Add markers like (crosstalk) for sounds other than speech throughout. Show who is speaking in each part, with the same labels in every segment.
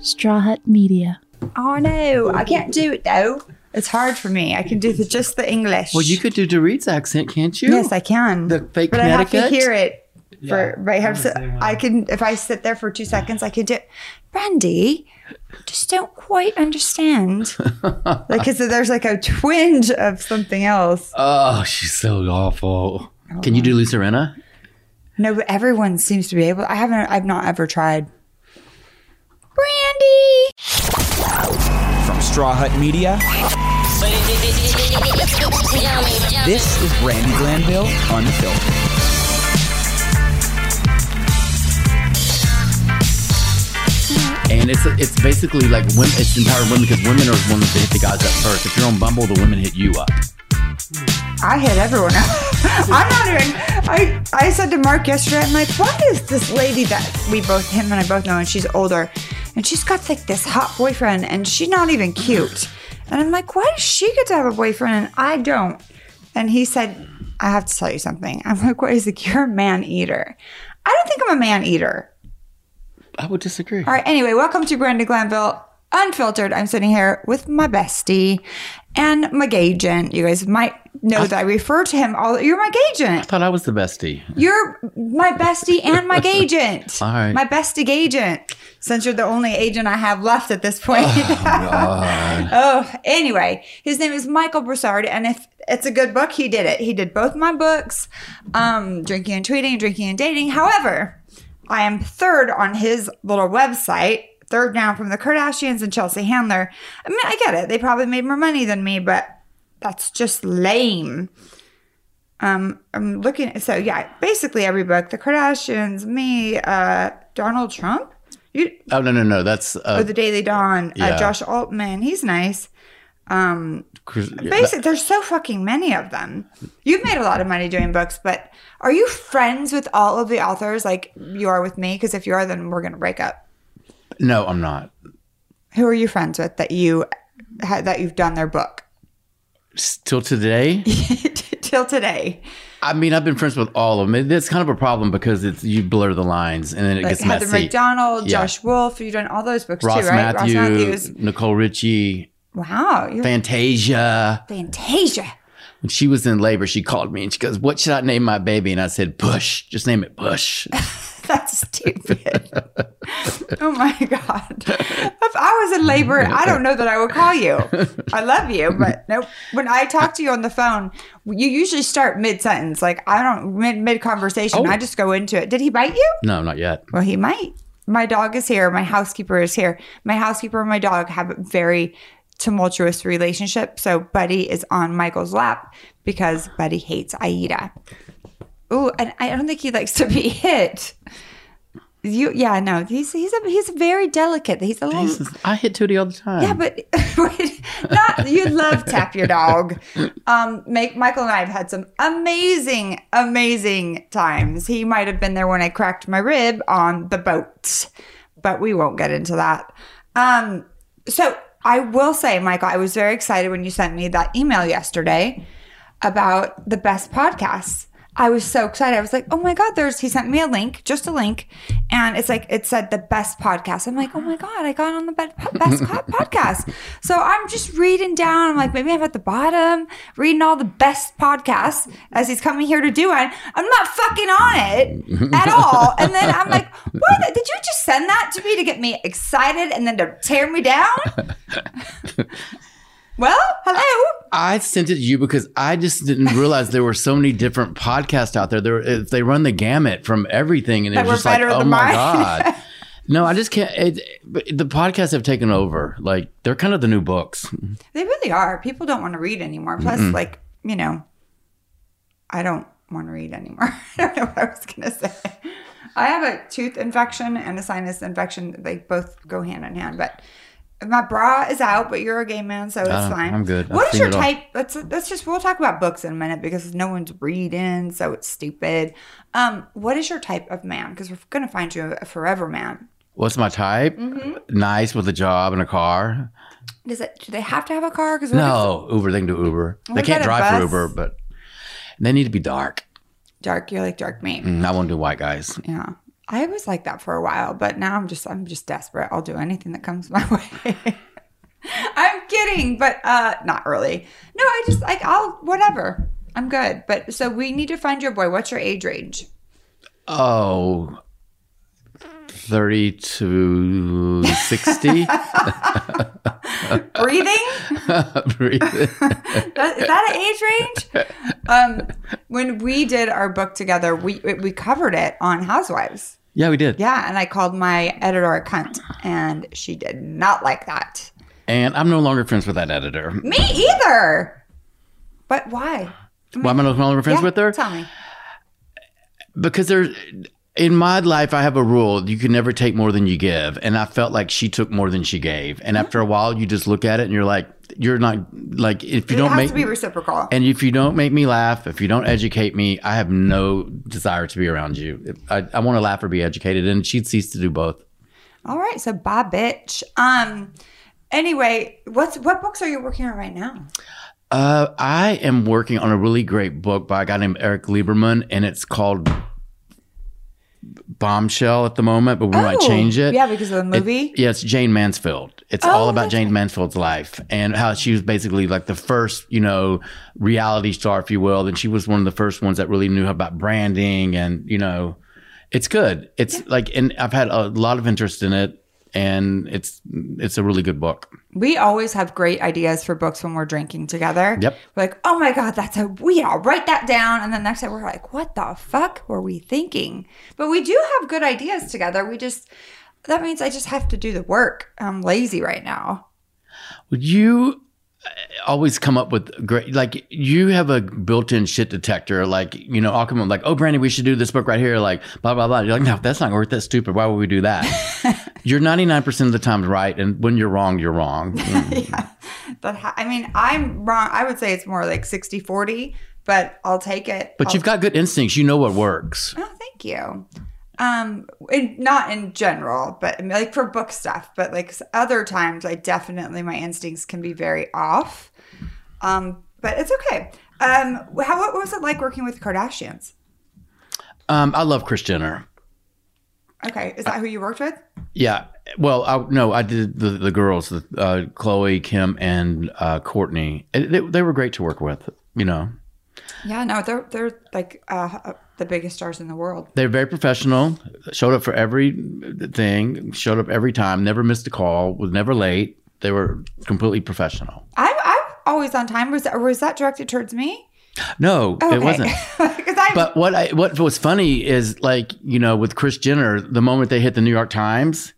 Speaker 1: Straw Hut Media.
Speaker 2: Oh no, I can't do it though. It's hard for me. I can do the, just the English.
Speaker 3: Well, you could do Dorit's accent, can't you?
Speaker 2: Yes, I can.
Speaker 3: The fake
Speaker 2: but I have to
Speaker 3: Connecticut?
Speaker 2: hear it. For,
Speaker 3: Yeah,
Speaker 2: but I, have
Speaker 3: I'm the same
Speaker 2: to,
Speaker 3: way.
Speaker 2: I can if I sit there for two seconds, I could do. Brandy, just don't quite understand. like, because there's like a twinge of something else.
Speaker 3: Oh, she's so awful.
Speaker 2: Oh,
Speaker 3: Can you do Lucerna?
Speaker 2: No, but everyone seems to be able. I haven't. I've not ever tried. Brandy.
Speaker 4: From Straw Hut Media, this is Brandy Glanville Unfiltered.
Speaker 3: And it's it's basically like women, it's empowered women because women are the ones that hit the guys up first. If you're on Bumble, the women hit you up.
Speaker 2: I hit everyone up. I'm not even. I I said to Mark yesterday, I'm like, why is this lady that we both, him and I both know, and she's older, and she's got like this hot boyfriend, and she's not even cute. And I'm like, why does she get to have a boyfriend and I don't? And he said, I have to tell you something. I'm like, what is it? You're a man eater. I don't think I'm a man eater.
Speaker 3: I would disagree.
Speaker 2: All right. Anyway, welcome to Brenda Glanville Unfiltered. I'm sitting here with my bestie and my agent. You guys might know that I refer to him all. You're my agent.
Speaker 3: Thought I was the bestie.
Speaker 2: You're my bestie and my agent.
Speaker 3: (laughs) All right.
Speaker 2: My bestie agent. Since you're the only agent I have left at this point. (laughs) Oh, anyway, his name is Michael Broussard, and if it's a good book, he did it. He did both my books, um, Drinking and Tweeting, Drinking and Dating. However, I am third on his little website, third down from the Kardashians and Chelsea Handler. I mean, I get it. They probably made more money than me, but that's just lame. Um, I'm looking. So yeah, basically every book: the Kardashians, me, uh, Donald Trump. You,
Speaker 3: Oh no no no, that's
Speaker 2: or
Speaker 3: uh,
Speaker 2: the Daily Dawn,
Speaker 3: yeah.
Speaker 2: uh, Josh Altman. He's nice.
Speaker 3: Chris- yeah, that-
Speaker 2: Basically, there's so fucking many of them. You've made a lot of money doing books, but are you friends with all of the authors like you are with me? Because if you are, then we're gonna break up.
Speaker 3: no, I'm not.
Speaker 2: Who are you friends with that you ha- that you've done their book (laughs)
Speaker 3: Still today,
Speaker 2: till today?
Speaker 3: I mean, I've been friends with all of them. That's kind of a problem because it's you blur the lines and then it
Speaker 2: Like
Speaker 3: gets
Speaker 2: Heather
Speaker 3: messy.
Speaker 2: McDonald,
Speaker 3: Yeah.
Speaker 2: Josh Wolf. You've done all those books
Speaker 3: Ross
Speaker 2: too, right?
Speaker 3: Matthews,
Speaker 2: Ross Matthews.
Speaker 3: Nicole Richie,
Speaker 2: Wow, you're
Speaker 3: Fantasia.
Speaker 2: Fantasia.
Speaker 3: When she was in labor, she called me and she goes, "What should I name my baby?" And I said, "Bush. Just name it Bush." (laughs)
Speaker 2: (laughs) That's stupid. oh my god! If I was in labor, I don't know that I would call you. I love you, but nope. When I talk to you on the phone, you usually start mid sentence. Like I don't mid mid conversation.
Speaker 3: Oh.
Speaker 2: I just go into it. Did he bite you?
Speaker 3: no, not yet.
Speaker 2: Well, he might. My dog is here. My housekeeper is here. My housekeeper and my dog have a very tumultuous relationship. So Buddy is on Michael's lap because Buddy hates Aida. Ooh, and I don't think he likes to be (laughs) hit. You, yeah, no, he's he's a he's very delicate. He's a little.
Speaker 3: This is- I hit Tootie all the time.
Speaker 2: Yeah, but (laughs) not you love tap your dog. Um, make Michael and I have had some amazing, amazing times. He might have been there when I cracked my rib on the boat, but we won't get into that. Um, so I will say, Michael, I was very excited when you sent me that email yesterday about the best podcasts. I was so excited. I was like, oh my God, there's, he sent me a link, just a link. And it's like, it said the best podcast. I'm like, oh my God, I got on the best, best co- podcast. So I'm just reading down. I'm like, maybe I'm at the bottom, reading all the best podcasts as he's coming here to do it. I'm not fucking on it at all. And then I'm like, what? Did you just send that to me to get me excited and then to tear me down? well, hello.
Speaker 3: I sent it to you because I just didn't realize there were so many different podcasts out there. There, they run the gamut from everything, and it
Speaker 2: That
Speaker 3: was
Speaker 2: were
Speaker 3: just like,
Speaker 2: better
Speaker 3: oh
Speaker 2: than
Speaker 3: my
Speaker 2: mine. (laughs)
Speaker 3: god. No, I just can't. It, but the podcasts have taken over. Like they're kind of the new books.
Speaker 2: They really are. People don't want to read anymore. Plus, like, you know, I don't want to read anymore. (laughs) I don't know what I was going to say. I have a tooth infection and a sinus infection. They both go hand in hand. But my bra is out, but you're a gay man, so it's
Speaker 3: don't-
Speaker 2: fine.
Speaker 3: Ah, I'm good.
Speaker 2: What
Speaker 3: I've
Speaker 2: is
Speaker 3: seen
Speaker 2: your
Speaker 3: it all.
Speaker 2: type? Let's, let's just, we'll talk about books in a minute because no one's reading, so it's stupid. Um, What is your type of man? Because we're going to find you a forever man.
Speaker 3: What's my type?
Speaker 2: Mm-hmm.
Speaker 3: Nice with a job and a car.
Speaker 2: Does it, do they have to have a car? Because
Speaker 3: No, Uber. They can do Uber. They
Speaker 2: What
Speaker 3: can't
Speaker 2: about a
Speaker 3: drive for
Speaker 2: bus?
Speaker 3: Uber, but they need to be dark.
Speaker 2: dark, you're like dark meat.
Speaker 3: Mm, I won't do white guys.
Speaker 2: Yeah. I was like that for a while, but now I'm just I'm just desperate. I'll do anything that comes my (laughs) way. I'm kidding, but uh not really. No, I just like I'll whatever. I'm good. But so we need to find your boy. What's your age range?
Speaker 3: Oh, 30 to (laughs) 60. (laughs)
Speaker 2: Breathing?
Speaker 3: Breathe.
Speaker 2: That- Is that an age range? Um, when we did our book together, we we covered it on Housewives.
Speaker 3: yeah, we did.
Speaker 2: Yeah, and I called my editor a cunt, and she did not like that.
Speaker 3: And I'm no longer friends with that editor.
Speaker 2: Me either. But why?
Speaker 3: Why am I no longer friends
Speaker 2: Yeah,
Speaker 3: with her?
Speaker 2: Tell me.
Speaker 3: because there's in my life i have a rule you can never take more than you give and i felt like she took more than she gave and after a while you just look at it and you're like you're not like if you
Speaker 2: It
Speaker 3: don't
Speaker 2: has
Speaker 3: make
Speaker 2: to be reciprocal.
Speaker 3: and if you don't make me laugh if you don't educate me i have no desire to be around you i, I want to laugh or be educated and she ceased to do both
Speaker 2: All right, so bye, bitch. Um. Anyway, what's what books are you working on right now?
Speaker 3: uh, i am working on a really great book by a guy named eric lieberman and it's called bombshell at the moment but we might
Speaker 2: Oh,
Speaker 3: change it
Speaker 2: Yeah, because of the
Speaker 3: It-
Speaker 2: movie.
Speaker 3: yeah, it's Jane Mansfield. It's all
Speaker 2: Oh,
Speaker 3: about
Speaker 2: that's
Speaker 3: Jane Mansfield's life and how she was basically like the first, you know, reality star, if you will. And she was one of the first ones that really knew about branding and, you know, it's good. It's like, and I've had a lot of interest in it and it's, it's a really good book.
Speaker 2: We always have great ideas for books when we're drinking together.
Speaker 3: Yep.
Speaker 2: We're like, oh my God, that's a weed. I'll write that down. And then next day we're like, what the fuck were we thinking? But we do have good ideas together. We just, that means I just have to do the work. I'm lazy right now. (laughs)
Speaker 3: Would you uh, always come up with great, like you have a built-in shit detector. Like, you know, I'll come up like, oh, Brandy, we should do this book right here. Like, blah, blah, blah. You're like, no, that's not going to work. That's stupid. Why would we do that? you're 99% of the time right. And when you're wrong, you're wrong. Mm.
Speaker 2: But ha- I mean, I'm wrong. I would say it's more like 60 40, but I'll take it.
Speaker 3: but you've got good instincts. You know what works.
Speaker 2: Oh, thank you. Um, in, not in general, but I mean, like for book stuff, but like s- other times, I definitely my instincts can be very off. Um, but it's okay. Um, how what was it like working with Kardashians?
Speaker 3: Um, I love Chris Jenner.
Speaker 2: Okay, is that who you worked with?
Speaker 3: Yeah. Well, I, no, I did the, the girls, the, uh, Chloe, Kim, and uh, Courtney. They, they were great to work with, you know.
Speaker 2: Yeah, no, they're they're like uh, uh, the biggest stars in the world.
Speaker 3: They're very professional. Showed up for every thing. Showed up every time. Never missed a call. Was never late. They were completely professional.
Speaker 2: I'm I'm always on time. Was that, was that directed towards me?
Speaker 3: No, it wasn't.
Speaker 2: (laughs) because I
Speaker 3: But what I, what was funny is like you know with Chris Jenner, the moment they hit the New York Times,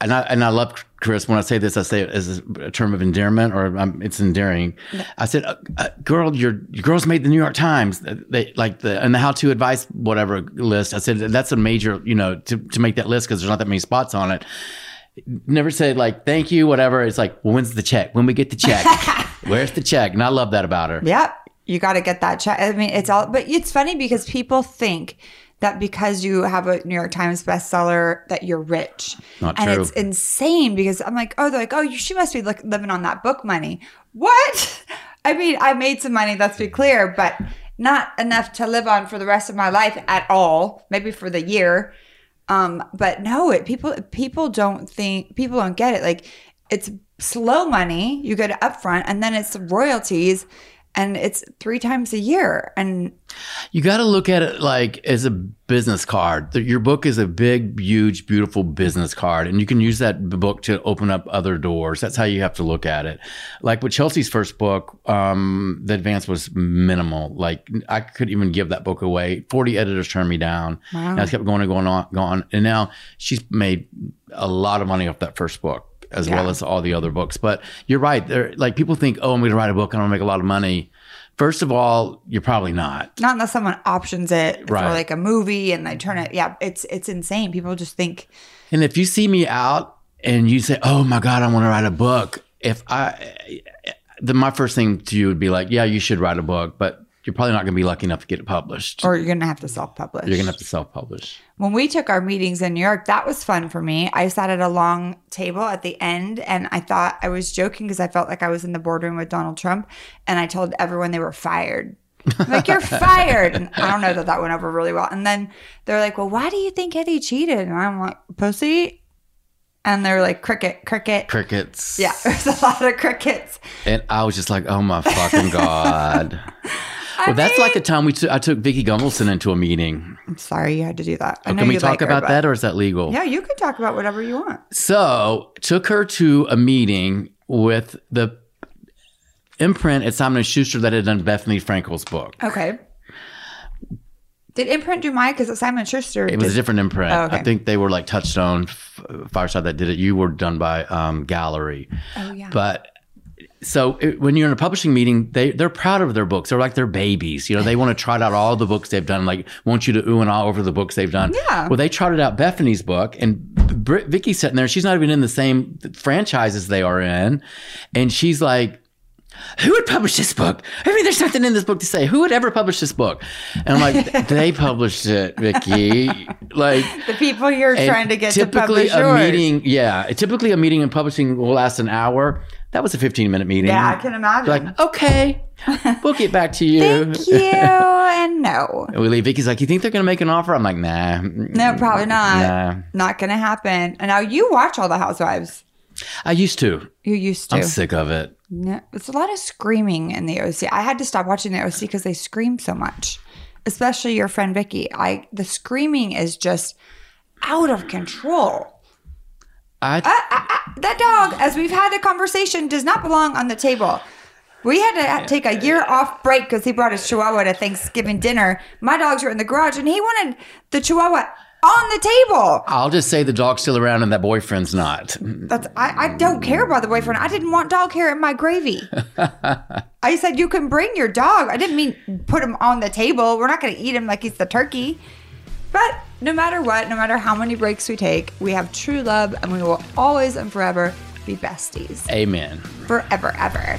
Speaker 3: and I and I love Chris. When I say this, I say it as a term of endearment, or um, it's endearing. I said, uh, uh, "Girl, your, your girls made the New York Times. Uh, They like the and the how to advice whatever list." I said, "That's a major you know to to make that list because there's not that many spots on it." Never said like thank you, whatever. It's like, well, when's the check? When we get the check? Where's the check? And I love that about her.
Speaker 2: Yep. You got to get that check. I mean, it's all, but it's funny because people think that because you have a New York Times bestseller that you're rich.
Speaker 3: Not
Speaker 2: and
Speaker 3: true.
Speaker 2: it's insane because I'm like, oh, they're like, oh, you, she must be like living on that book money. What? (laughs) I mean, I made some money, let's be clear, but not enough to live on for the rest of my life at all, maybe for the year. Um, but no, it people people don't think people don't get it. Like it's slow money you get it upfront, and then it's royalties, and it's three times a year. And
Speaker 3: You got to look at it like as a business card. Th- Your book is a big, huge, beautiful business card, and you can use that b- book to open up other doors. That's how you have to look at it. Like with Chelsea's first book, um, the advance was minimal. Like I couldn't even give that book away. Forty editors turned me down.
Speaker 2: Wow.
Speaker 3: And I kept going and going on, gone, and now she's made a lot of money off that first book. As well
Speaker 2: Yeah.
Speaker 3: as all the other books, but you're right. There, like people think, oh, I'm going to write a book and I'm going to make a lot of money. First of all, you're probably not.
Speaker 2: not unless someone options it
Speaker 3: Right.
Speaker 2: for like a movie and they turn it. Yeah, it's it's insane. People just think
Speaker 3: And if you see me out and you say, "Oh my God, I want to write a book," if I, then my first thing to you would be like, "Yeah, you should write a book," but you're probably not going to be lucky enough to get it published.
Speaker 2: or you're gonna have to self publish.
Speaker 3: you're going to have to self-publish.
Speaker 2: when we took our meetings in New York, that was fun for me. I sat at a long table at the end and I thought I was joking because I felt like I was in the boardroom with Donald Trump and I told everyone they were fired. like
Speaker 3: (laughs)
Speaker 2: you're fired. And I don't know that that went over really well. And then they're like, well, why do you think Eddie cheated? And I'm like, pussy. And they're like, cricket, cricket.
Speaker 3: (laughs) Crickets.
Speaker 2: yeah, (laughs) there's a lot of crickets.
Speaker 3: And I was just like, oh my
Speaker 2: (laughs)
Speaker 3: fucking God.
Speaker 2: I
Speaker 3: well, that's like the
Speaker 2: mean-
Speaker 3: time we took I took Vicky Gumbelson into a meeting.
Speaker 2: I'm sorry you had to do that. I
Speaker 3: Oh,
Speaker 2: know
Speaker 3: can we
Speaker 2: you
Speaker 3: talk
Speaker 2: like her,
Speaker 3: about
Speaker 2: but-
Speaker 3: that or is that legal?
Speaker 2: Yeah, you can talk about whatever you want.
Speaker 3: So took her to a meeting with the imprint at Simon and Schuster that had done Bethany Frankel's book.
Speaker 2: Okay. Did imprint do mine? Because Simon Schuster.
Speaker 3: It was a
Speaker 2: did-
Speaker 3: different imprint.
Speaker 2: Oh, okay.
Speaker 3: I think they were like Touchstone, F- Fireside that did it. You were done by um, Gallery.
Speaker 2: Oh yeah.
Speaker 3: But so it, when you're in a publishing meeting, they they're proud of their books. They're like their babies. You know, they want to trot out all the books they've done. Like want you to ooh and all over the books they've done.
Speaker 2: Yeah.
Speaker 3: Well, they trotted out Bethany's book, and Brit, Vicky's sitting there. She's not even in the same franchises they are in, and she's like. Who would publish this book? I mean, there's something in this book to say. Who would ever publish this book? And
Speaker 2: (laughs)
Speaker 3: I'm like, they published it, Vicky. Like,
Speaker 2: the people you're
Speaker 3: and
Speaker 2: trying to get to
Speaker 3: typically
Speaker 2: publish
Speaker 3: a
Speaker 2: yours.
Speaker 3: meeting yeah typically a meeting in publishing will last an hour that was a 15 minute meeting
Speaker 2: Yeah, I can imagine. (laughs)
Speaker 3: like okay we'll get back to you (laughs)
Speaker 2: Thank you and no.
Speaker 3: And we leave vicky's like you think they're gonna make an offer i'm like nah mm,
Speaker 2: No, probably not.
Speaker 3: nah
Speaker 2: Not gonna happen. And now you watch all the Housewives.
Speaker 3: i used to
Speaker 2: You used to.
Speaker 3: i'm sick of it
Speaker 2: No, it's a lot of screaming in the OC. I had to stop watching the OC because they scream so much, especially your friend Vicky. I the screaming is just out of control.
Speaker 3: i
Speaker 2: Ah, ah, ah, that dog, as we've had the conversation, does not belong on the table. We had to ha- take a year off break because he brought his Chihuahua to Thanksgiving dinner. My dogs were in the garage, and he wanted the Chihuahua on the table.
Speaker 3: i'll just say the dog's still around and that boyfriend's not
Speaker 2: That's I, I don't care about the boyfriend. I didn't want dog hair in my gravy. I said you can bring your dog. I didn't mean put him on the table. We're not going to eat him like he's the turkey. But no matter what, no matter how many breaks we take, we have true love, and we will always and forever be besties,
Speaker 3: amen
Speaker 2: forever ever.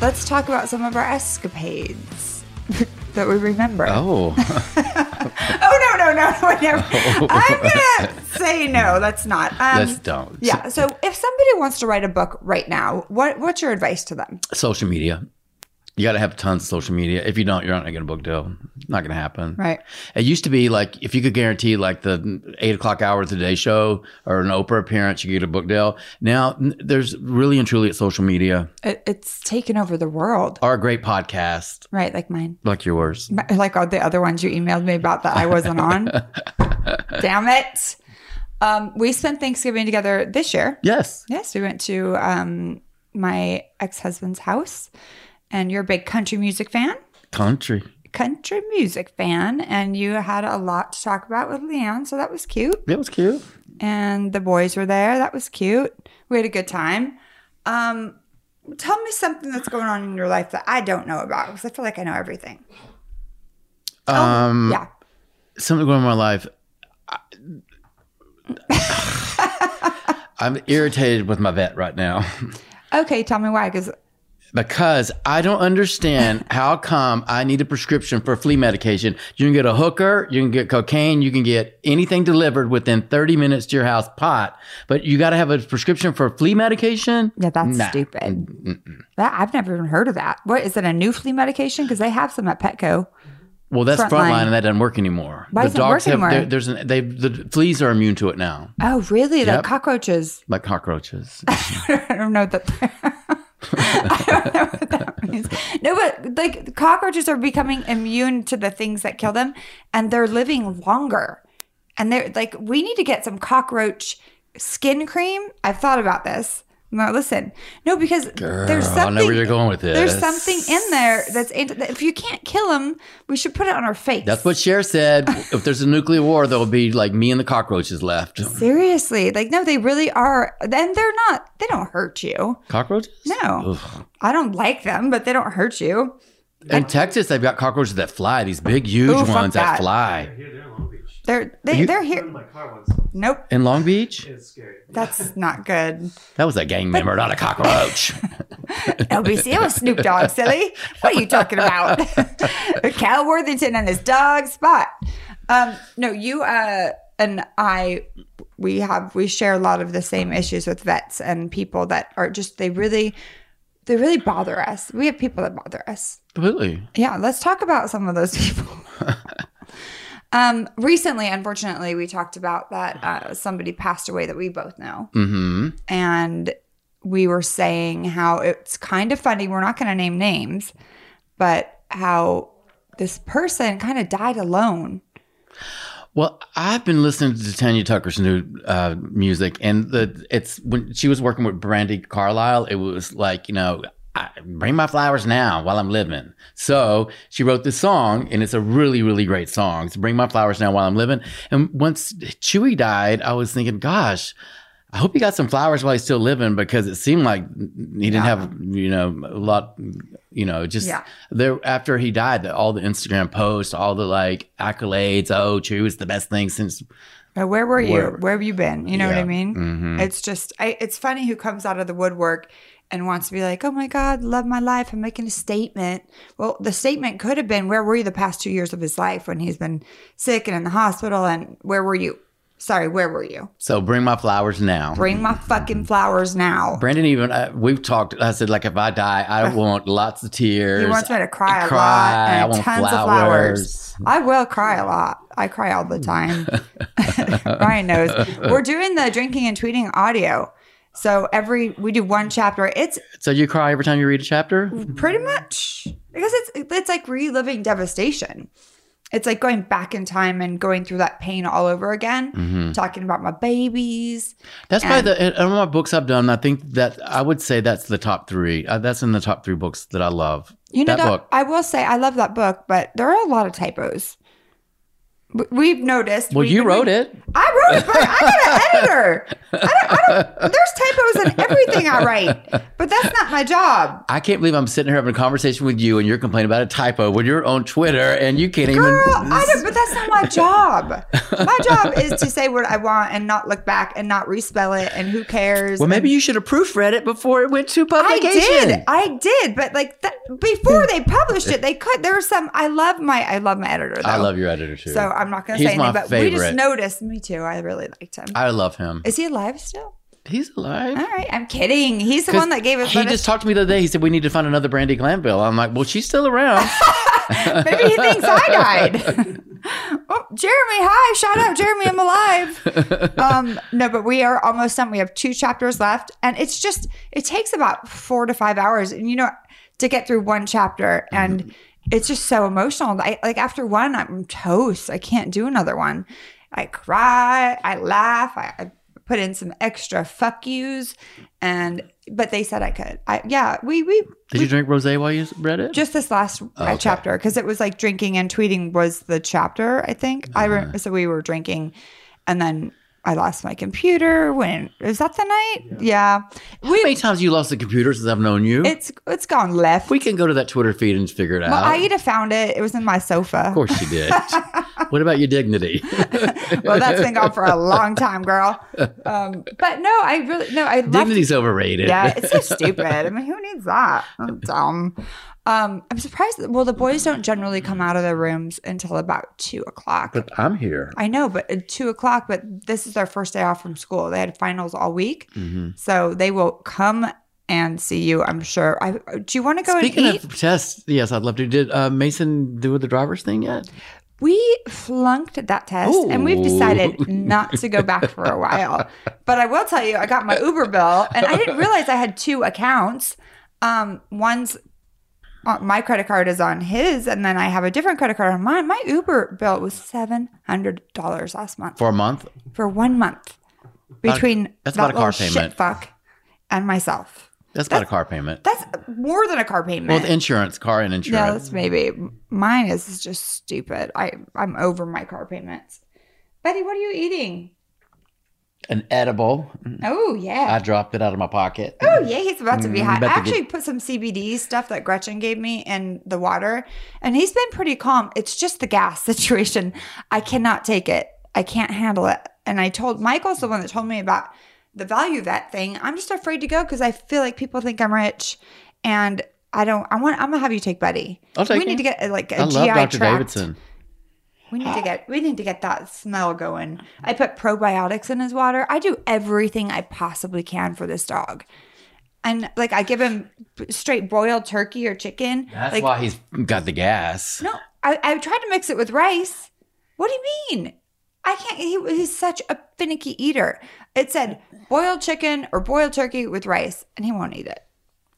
Speaker 2: Let's talk about some of our escapades (laughs) that we remember.
Speaker 3: oh
Speaker 2: Oh no no no (laughs) no! no. I'm
Speaker 3: (laughs)
Speaker 2: gonna say no. Let's not. Um,
Speaker 3: Let's don't.
Speaker 2: Yeah. So if somebody wants to write a book right now, what what's your advice to them?
Speaker 3: (laughs) social media you gotta have tons of social media if you don't you're not gonna get a book deal not gonna happen
Speaker 2: Right.
Speaker 3: It used to be like if you could guarantee like the eight o'clock hour of the Today Show or an Oprah appearance, you get a book deal. Now n- there's really and truly at social media
Speaker 2: It, it's taken over the world.
Speaker 3: or a great podcast
Speaker 2: Right. Like mine.
Speaker 3: like yours.
Speaker 2: M- Like all the other ones you emailed me about that I wasn't on. Damn it. Um, we spent Thanksgiving together this year.
Speaker 3: Yes.
Speaker 2: Yes, we went to um, my ex husband's house, and you're a big country music fan.
Speaker 3: Country.
Speaker 2: country music fan and you had a lot to talk about with Leanne, so that was cute.
Speaker 3: That was cute.
Speaker 2: And the boys were there, that was cute. We had a good time. Um, tell me something that's going on in your life that I don't know about because I feel like I know everything.
Speaker 3: Um
Speaker 2: yeah.
Speaker 3: something going on in my (laughs) life. I, I'm irritated with my vet right now.
Speaker 2: Okay, tell me why because
Speaker 3: because I don't understand how come I need a prescription for flea medication. You can get a hooker, you can get cocaine, you can get anything delivered within 30 minutes to your house, pot, but you got to have a prescription for flea medication?
Speaker 2: yeah, that's
Speaker 3: Nah.
Speaker 2: stupid. That I've never even heard of that. What is it a new flea medication? Because they have some at Petco.
Speaker 3: Well, that's
Speaker 2: Frontline.
Speaker 3: frontline, and that doesn't work anymore.
Speaker 2: Why doesn't it work
Speaker 3: have
Speaker 2: anymore?
Speaker 3: there- there's an, they the fleas are immune to it now,
Speaker 2: Oh, really?
Speaker 3: Yep.
Speaker 2: Like cockroaches. (laughs)
Speaker 3: like cockroaches.
Speaker 2: I don't know that. (laughs) I don't know what that (laughs) means. No, but like cockroaches are becoming immune to the things that kill them, and they're living longer. And they're like, we need to get some cockroach skin cream. I've thought about this. No, listen, no, because there's
Speaker 3: Girl, I know
Speaker 2: something.
Speaker 3: where you're going with
Speaker 2: There's
Speaker 3: this.
Speaker 2: something in there that's anti- that if you can't kill them, we should put it on our face.
Speaker 3: that's what Cher said. if there's a nuclear war, there'll be like me and the cockroaches left.
Speaker 2: (laughs) Seriously, like no, they really are, and they're not. They don't hurt you.
Speaker 3: Cockroaches?
Speaker 2: No, I don't like them, but they don't hurt you.
Speaker 3: In Texas, they've got cockroaches that fly, these big, huge
Speaker 2: Ooh, fuck
Speaker 3: ones that
Speaker 2: that.
Speaker 3: fly.
Speaker 1: Here, they're in Long Beach.
Speaker 2: They're they,
Speaker 3: You-
Speaker 2: they're
Speaker 1: In
Speaker 2: here.
Speaker 1: my car once.
Speaker 2: Nope,
Speaker 3: In Long Beach?
Speaker 1: It's scary.
Speaker 2: that's not good.
Speaker 3: That was a gang member, not a cockroach.
Speaker 2: LBC it was Snoop Dogg, silly. What are you talking about? (laughs) Cal Worthington and his dog spot. Um, no, you uh, and I we have we share a lot of the same issues with vets and people that are just they really they really bother us. We have people that bother us.
Speaker 3: Completely.
Speaker 2: Yeah, let's talk about some of those (laughs) people. um, recently, unfortunately, we talked about that uh, somebody passed away that we both know,
Speaker 3: Mm-hmm.
Speaker 2: and we were saying how it's kind of funny. We're not going to name names, but how this person kind of died alone.
Speaker 3: Well, I've been listening to Tanya Tucker's new uh, music, and the it's when she was working with Brandy Carlisle, it was like you know, I, bring my flowers now while I'm living. So she wrote this song, and it's a really, really great song. It's bring my flowers now while I'm living. And once Chewy died, I was thinking, gosh. I hope he got some flowers while he's still living because it seemed like he didn't have, you know, a lot, you know, just
Speaker 2: Yeah.
Speaker 3: there after he died, the- all the Instagram posts, all the like accolades. Oh, Chew is the best thing since.
Speaker 2: Uh, Where were you?
Speaker 3: Where-
Speaker 2: Where, have you been? You know what I
Speaker 3: Yeah.
Speaker 2: mean?
Speaker 3: Mhm.
Speaker 2: It's just, I, it's funny who comes out of the woodwork and wants to be like, oh my God, love my life. I'm making a statement. Well, the statement could have been, where were you the past two years of his life when he's been sick and in the hospital? And where were you? Sorry, where were you?
Speaker 3: So bring my flowers now.
Speaker 2: Bring my fucking flowers now.
Speaker 3: Brandon, even uh, we've talked. I said, like, if I die,
Speaker 2: (laughs)
Speaker 3: I want lots of tears.
Speaker 2: He wants me to cry a
Speaker 3: Cry, I
Speaker 2: lot and
Speaker 3: want
Speaker 2: tons of flowers. I will cry a lot. I cry all the time. (laughs) Ryan knows.
Speaker 3: (laughs)
Speaker 2: We're doing the drinking and tweeting audio. So every we do one chapter. It's
Speaker 3: so you cry every time you read a chapter.
Speaker 2: pretty much because it's it's like reliving devastation. It's like going back in time and going through that pain all over again.
Speaker 3: Mm-hmm.
Speaker 2: Talking about my babies.
Speaker 3: That's probably
Speaker 2: And-
Speaker 3: the out of my books I've done. I think that I would say that's the top three. Uh, that's in the top three books that I love.
Speaker 2: You know,
Speaker 3: that
Speaker 2: that-
Speaker 3: book.
Speaker 2: I will say I love that book, but there are a lot of typos. We- We've noticed.
Speaker 3: Well,
Speaker 2: we've
Speaker 3: you
Speaker 2: been
Speaker 3: wrote
Speaker 2: reading-
Speaker 3: it.
Speaker 2: I wrote it. Bert. I got an editor. I don't, I don't, there's typos in everything I write, but that's not my job.
Speaker 3: I can't believe I'm sitting here having a conversation with you, and you're complaining about a typo when you're on Twitter (laughs) and you can't
Speaker 2: Girl,
Speaker 3: even.
Speaker 2: I don't, but that's not my job. My job is to say what I want and not look back and not respell it. And who cares?
Speaker 3: Well, maybe you should have proofread it before it went to
Speaker 2: I
Speaker 3: publication.
Speaker 2: did. I did. But like that, before they published it, they could. There were some. I love my. I love my editor. Though.
Speaker 3: I love your editor too.
Speaker 2: So I'm not going to
Speaker 3: He's
Speaker 2: say anything.
Speaker 3: my
Speaker 2: But we just
Speaker 3: favorite.
Speaker 2: noticed. Me too. I really liked him.
Speaker 3: I love him.
Speaker 2: is he alive still?
Speaker 3: He's alive.
Speaker 2: All right. I'm kidding. He's the one that gave us.
Speaker 3: He
Speaker 2: let us-
Speaker 3: just talked to me the other day. He said we need to find another Brandy Glanville. I'm like, well, she's still (laughs) around.
Speaker 2: Maybe he thinks I died. oh, Jeremy, hi. Shout out, Jeremy. I'm alive. Um, no, but we are almost done. We have two chapters left. And it's just, it takes about four to five hours, and you know, to get through one chapter. And it's just so emotional. I, like after one, I'm toast. I can't do another one. I cry. I laugh. I, I put in some extra fuck yous. And, but they said I could. I, yeah, we, we,
Speaker 3: Did you drink rosé while you read it?
Speaker 2: just this last uh,
Speaker 3: Oh, okay.
Speaker 2: chapter because it was like drinking and tweeting was the chapter i think i re-
Speaker 3: Uh-huh.
Speaker 2: so we were drinking and then i lost my computer when is that the night yeah,
Speaker 3: How many times you lost the computer since I've known you?
Speaker 2: it's it's gone left
Speaker 3: we can go to that Twitter feed and figure it
Speaker 2: well,
Speaker 3: out.
Speaker 2: Aida found it. It was in my sofa.
Speaker 3: of course you (laughs) did. what about your (laughs) dignity?
Speaker 2: Well, that's been gone for
Speaker 3: (laughs)
Speaker 2: a long time, girl. Um, but no, I really no. I love
Speaker 3: Dignity's overrated.
Speaker 2: Yeah, it's so stupid. I mean, who needs that?
Speaker 3: (laughs)
Speaker 2: That's dumb. Um, I'm surprised. That, well, the boys don't generally come out of their rooms until about two o'clock.
Speaker 3: But I'm here.
Speaker 2: I know, but at two o'clock, but this is their first day off from school. They had finals all week.
Speaker 3: Mhm.
Speaker 2: So they will come and see you, I'm sure. I do you want to go
Speaker 3: Speaking
Speaker 2: and eat?
Speaker 3: of tests, yes, I'd love to. Did uh, Mason do the driver's thing yet?
Speaker 2: we flunked that test and we've
Speaker 3: Ooh.
Speaker 2: decided not to go back for a
Speaker 3: (laughs)
Speaker 2: while. But I will tell you, I got my Uber bill and I didn't realize I had two accounts. Um, one's uh, my credit card is on his, and then I have a different credit card on mine. My Uber bill was seven hundred dollars last month.
Speaker 3: For a month?
Speaker 2: for one month between
Speaker 3: that's
Speaker 2: that
Speaker 3: about a car
Speaker 2: little
Speaker 3: payment.
Speaker 2: shit fuck and myself.
Speaker 3: That's about a car payment.
Speaker 2: That's more than a car payment.
Speaker 3: Well, with insurance, car and
Speaker 2: yeah,
Speaker 3: insurance.
Speaker 2: that's maybe mine is just stupid. I I'm over my car payments. Betty, what are you eating?
Speaker 3: An edible.
Speaker 2: Oh
Speaker 3: Mm. I
Speaker 2: yeah.
Speaker 3: dropped it out of my pocket.
Speaker 2: Oh yeah, he's about to be
Speaker 3: Mm,
Speaker 2: hot. I
Speaker 3: about to get-
Speaker 2: actually put some CBD stuff that Gretchen gave me in the water, and he's been pretty calm. It's just the gas (laughs) situation. I cannot take it. I can't handle it. And I told Michael's the one that told me about the value vet thing. I'm just afraid to go because I feel like people think I'm rich, and I don't. I want. I'm gonna have you take Betty.
Speaker 3: I'll take
Speaker 2: we need
Speaker 3: him.
Speaker 2: to get uh, like a
Speaker 3: I love
Speaker 2: GI
Speaker 3: Dr.
Speaker 2: tract.
Speaker 3: Davidson.
Speaker 2: We need to get we need to get that smell going.
Speaker 3: Uh-huh.
Speaker 2: I put probiotics in his water. I do everything I possibly can for this dog. And like I give him straight boiled turkey or chicken.
Speaker 3: That's
Speaker 2: like
Speaker 3: why he's got the gas.
Speaker 2: no, I, I tried to mix it with rice. What do you mean? I can't. He, he's such a finicky eater. It said boiled chicken or boiled turkey with rice, and he won't eat it.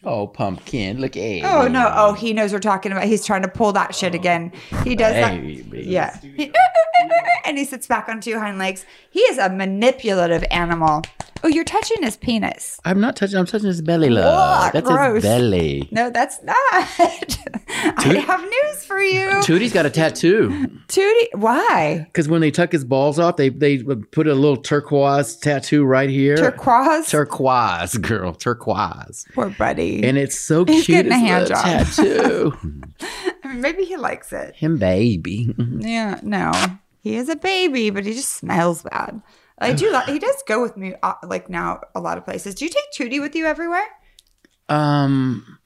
Speaker 3: Oh, pumpkin. Look, hey.
Speaker 2: Oh no! Oh, he knows we're talking about. He's trying to pull that
Speaker 3: Oh.
Speaker 2: shit again. He does that.
Speaker 3: Baby.
Speaker 2: Yeah. (laughs) He- (laughs) and he sits back on two hind legs. He is a manipulative animal. Oh, you're touching his penis.
Speaker 3: I'm not touching. I'm touching his belly, love.
Speaker 2: Ugh,
Speaker 3: That's
Speaker 2: gross.
Speaker 3: his belly.
Speaker 2: No, that's not. (laughs) I have news for you.
Speaker 3: Tootie's got a tattoo
Speaker 2: (laughs) Tootie, why?
Speaker 3: because when they tuck his balls off, they they would put a little turquoise tattoo right here.
Speaker 2: Turquoise?
Speaker 3: Turquoise, girl, turquoise,
Speaker 2: Poor buddy.
Speaker 3: and it's so
Speaker 2: He's
Speaker 3: cute.
Speaker 2: getting a
Speaker 3: it's
Speaker 2: hand
Speaker 3: little
Speaker 2: job. (laughs)
Speaker 3: tattoo.
Speaker 2: I mean, maybe he likes it.
Speaker 3: Him, baby.
Speaker 2: Yeah, no. He is a baby, but he just smells bad. I do. li- he does go with me, uh, like now, a lot of places. Do you take Tootie with you everywhere?
Speaker 3: Um.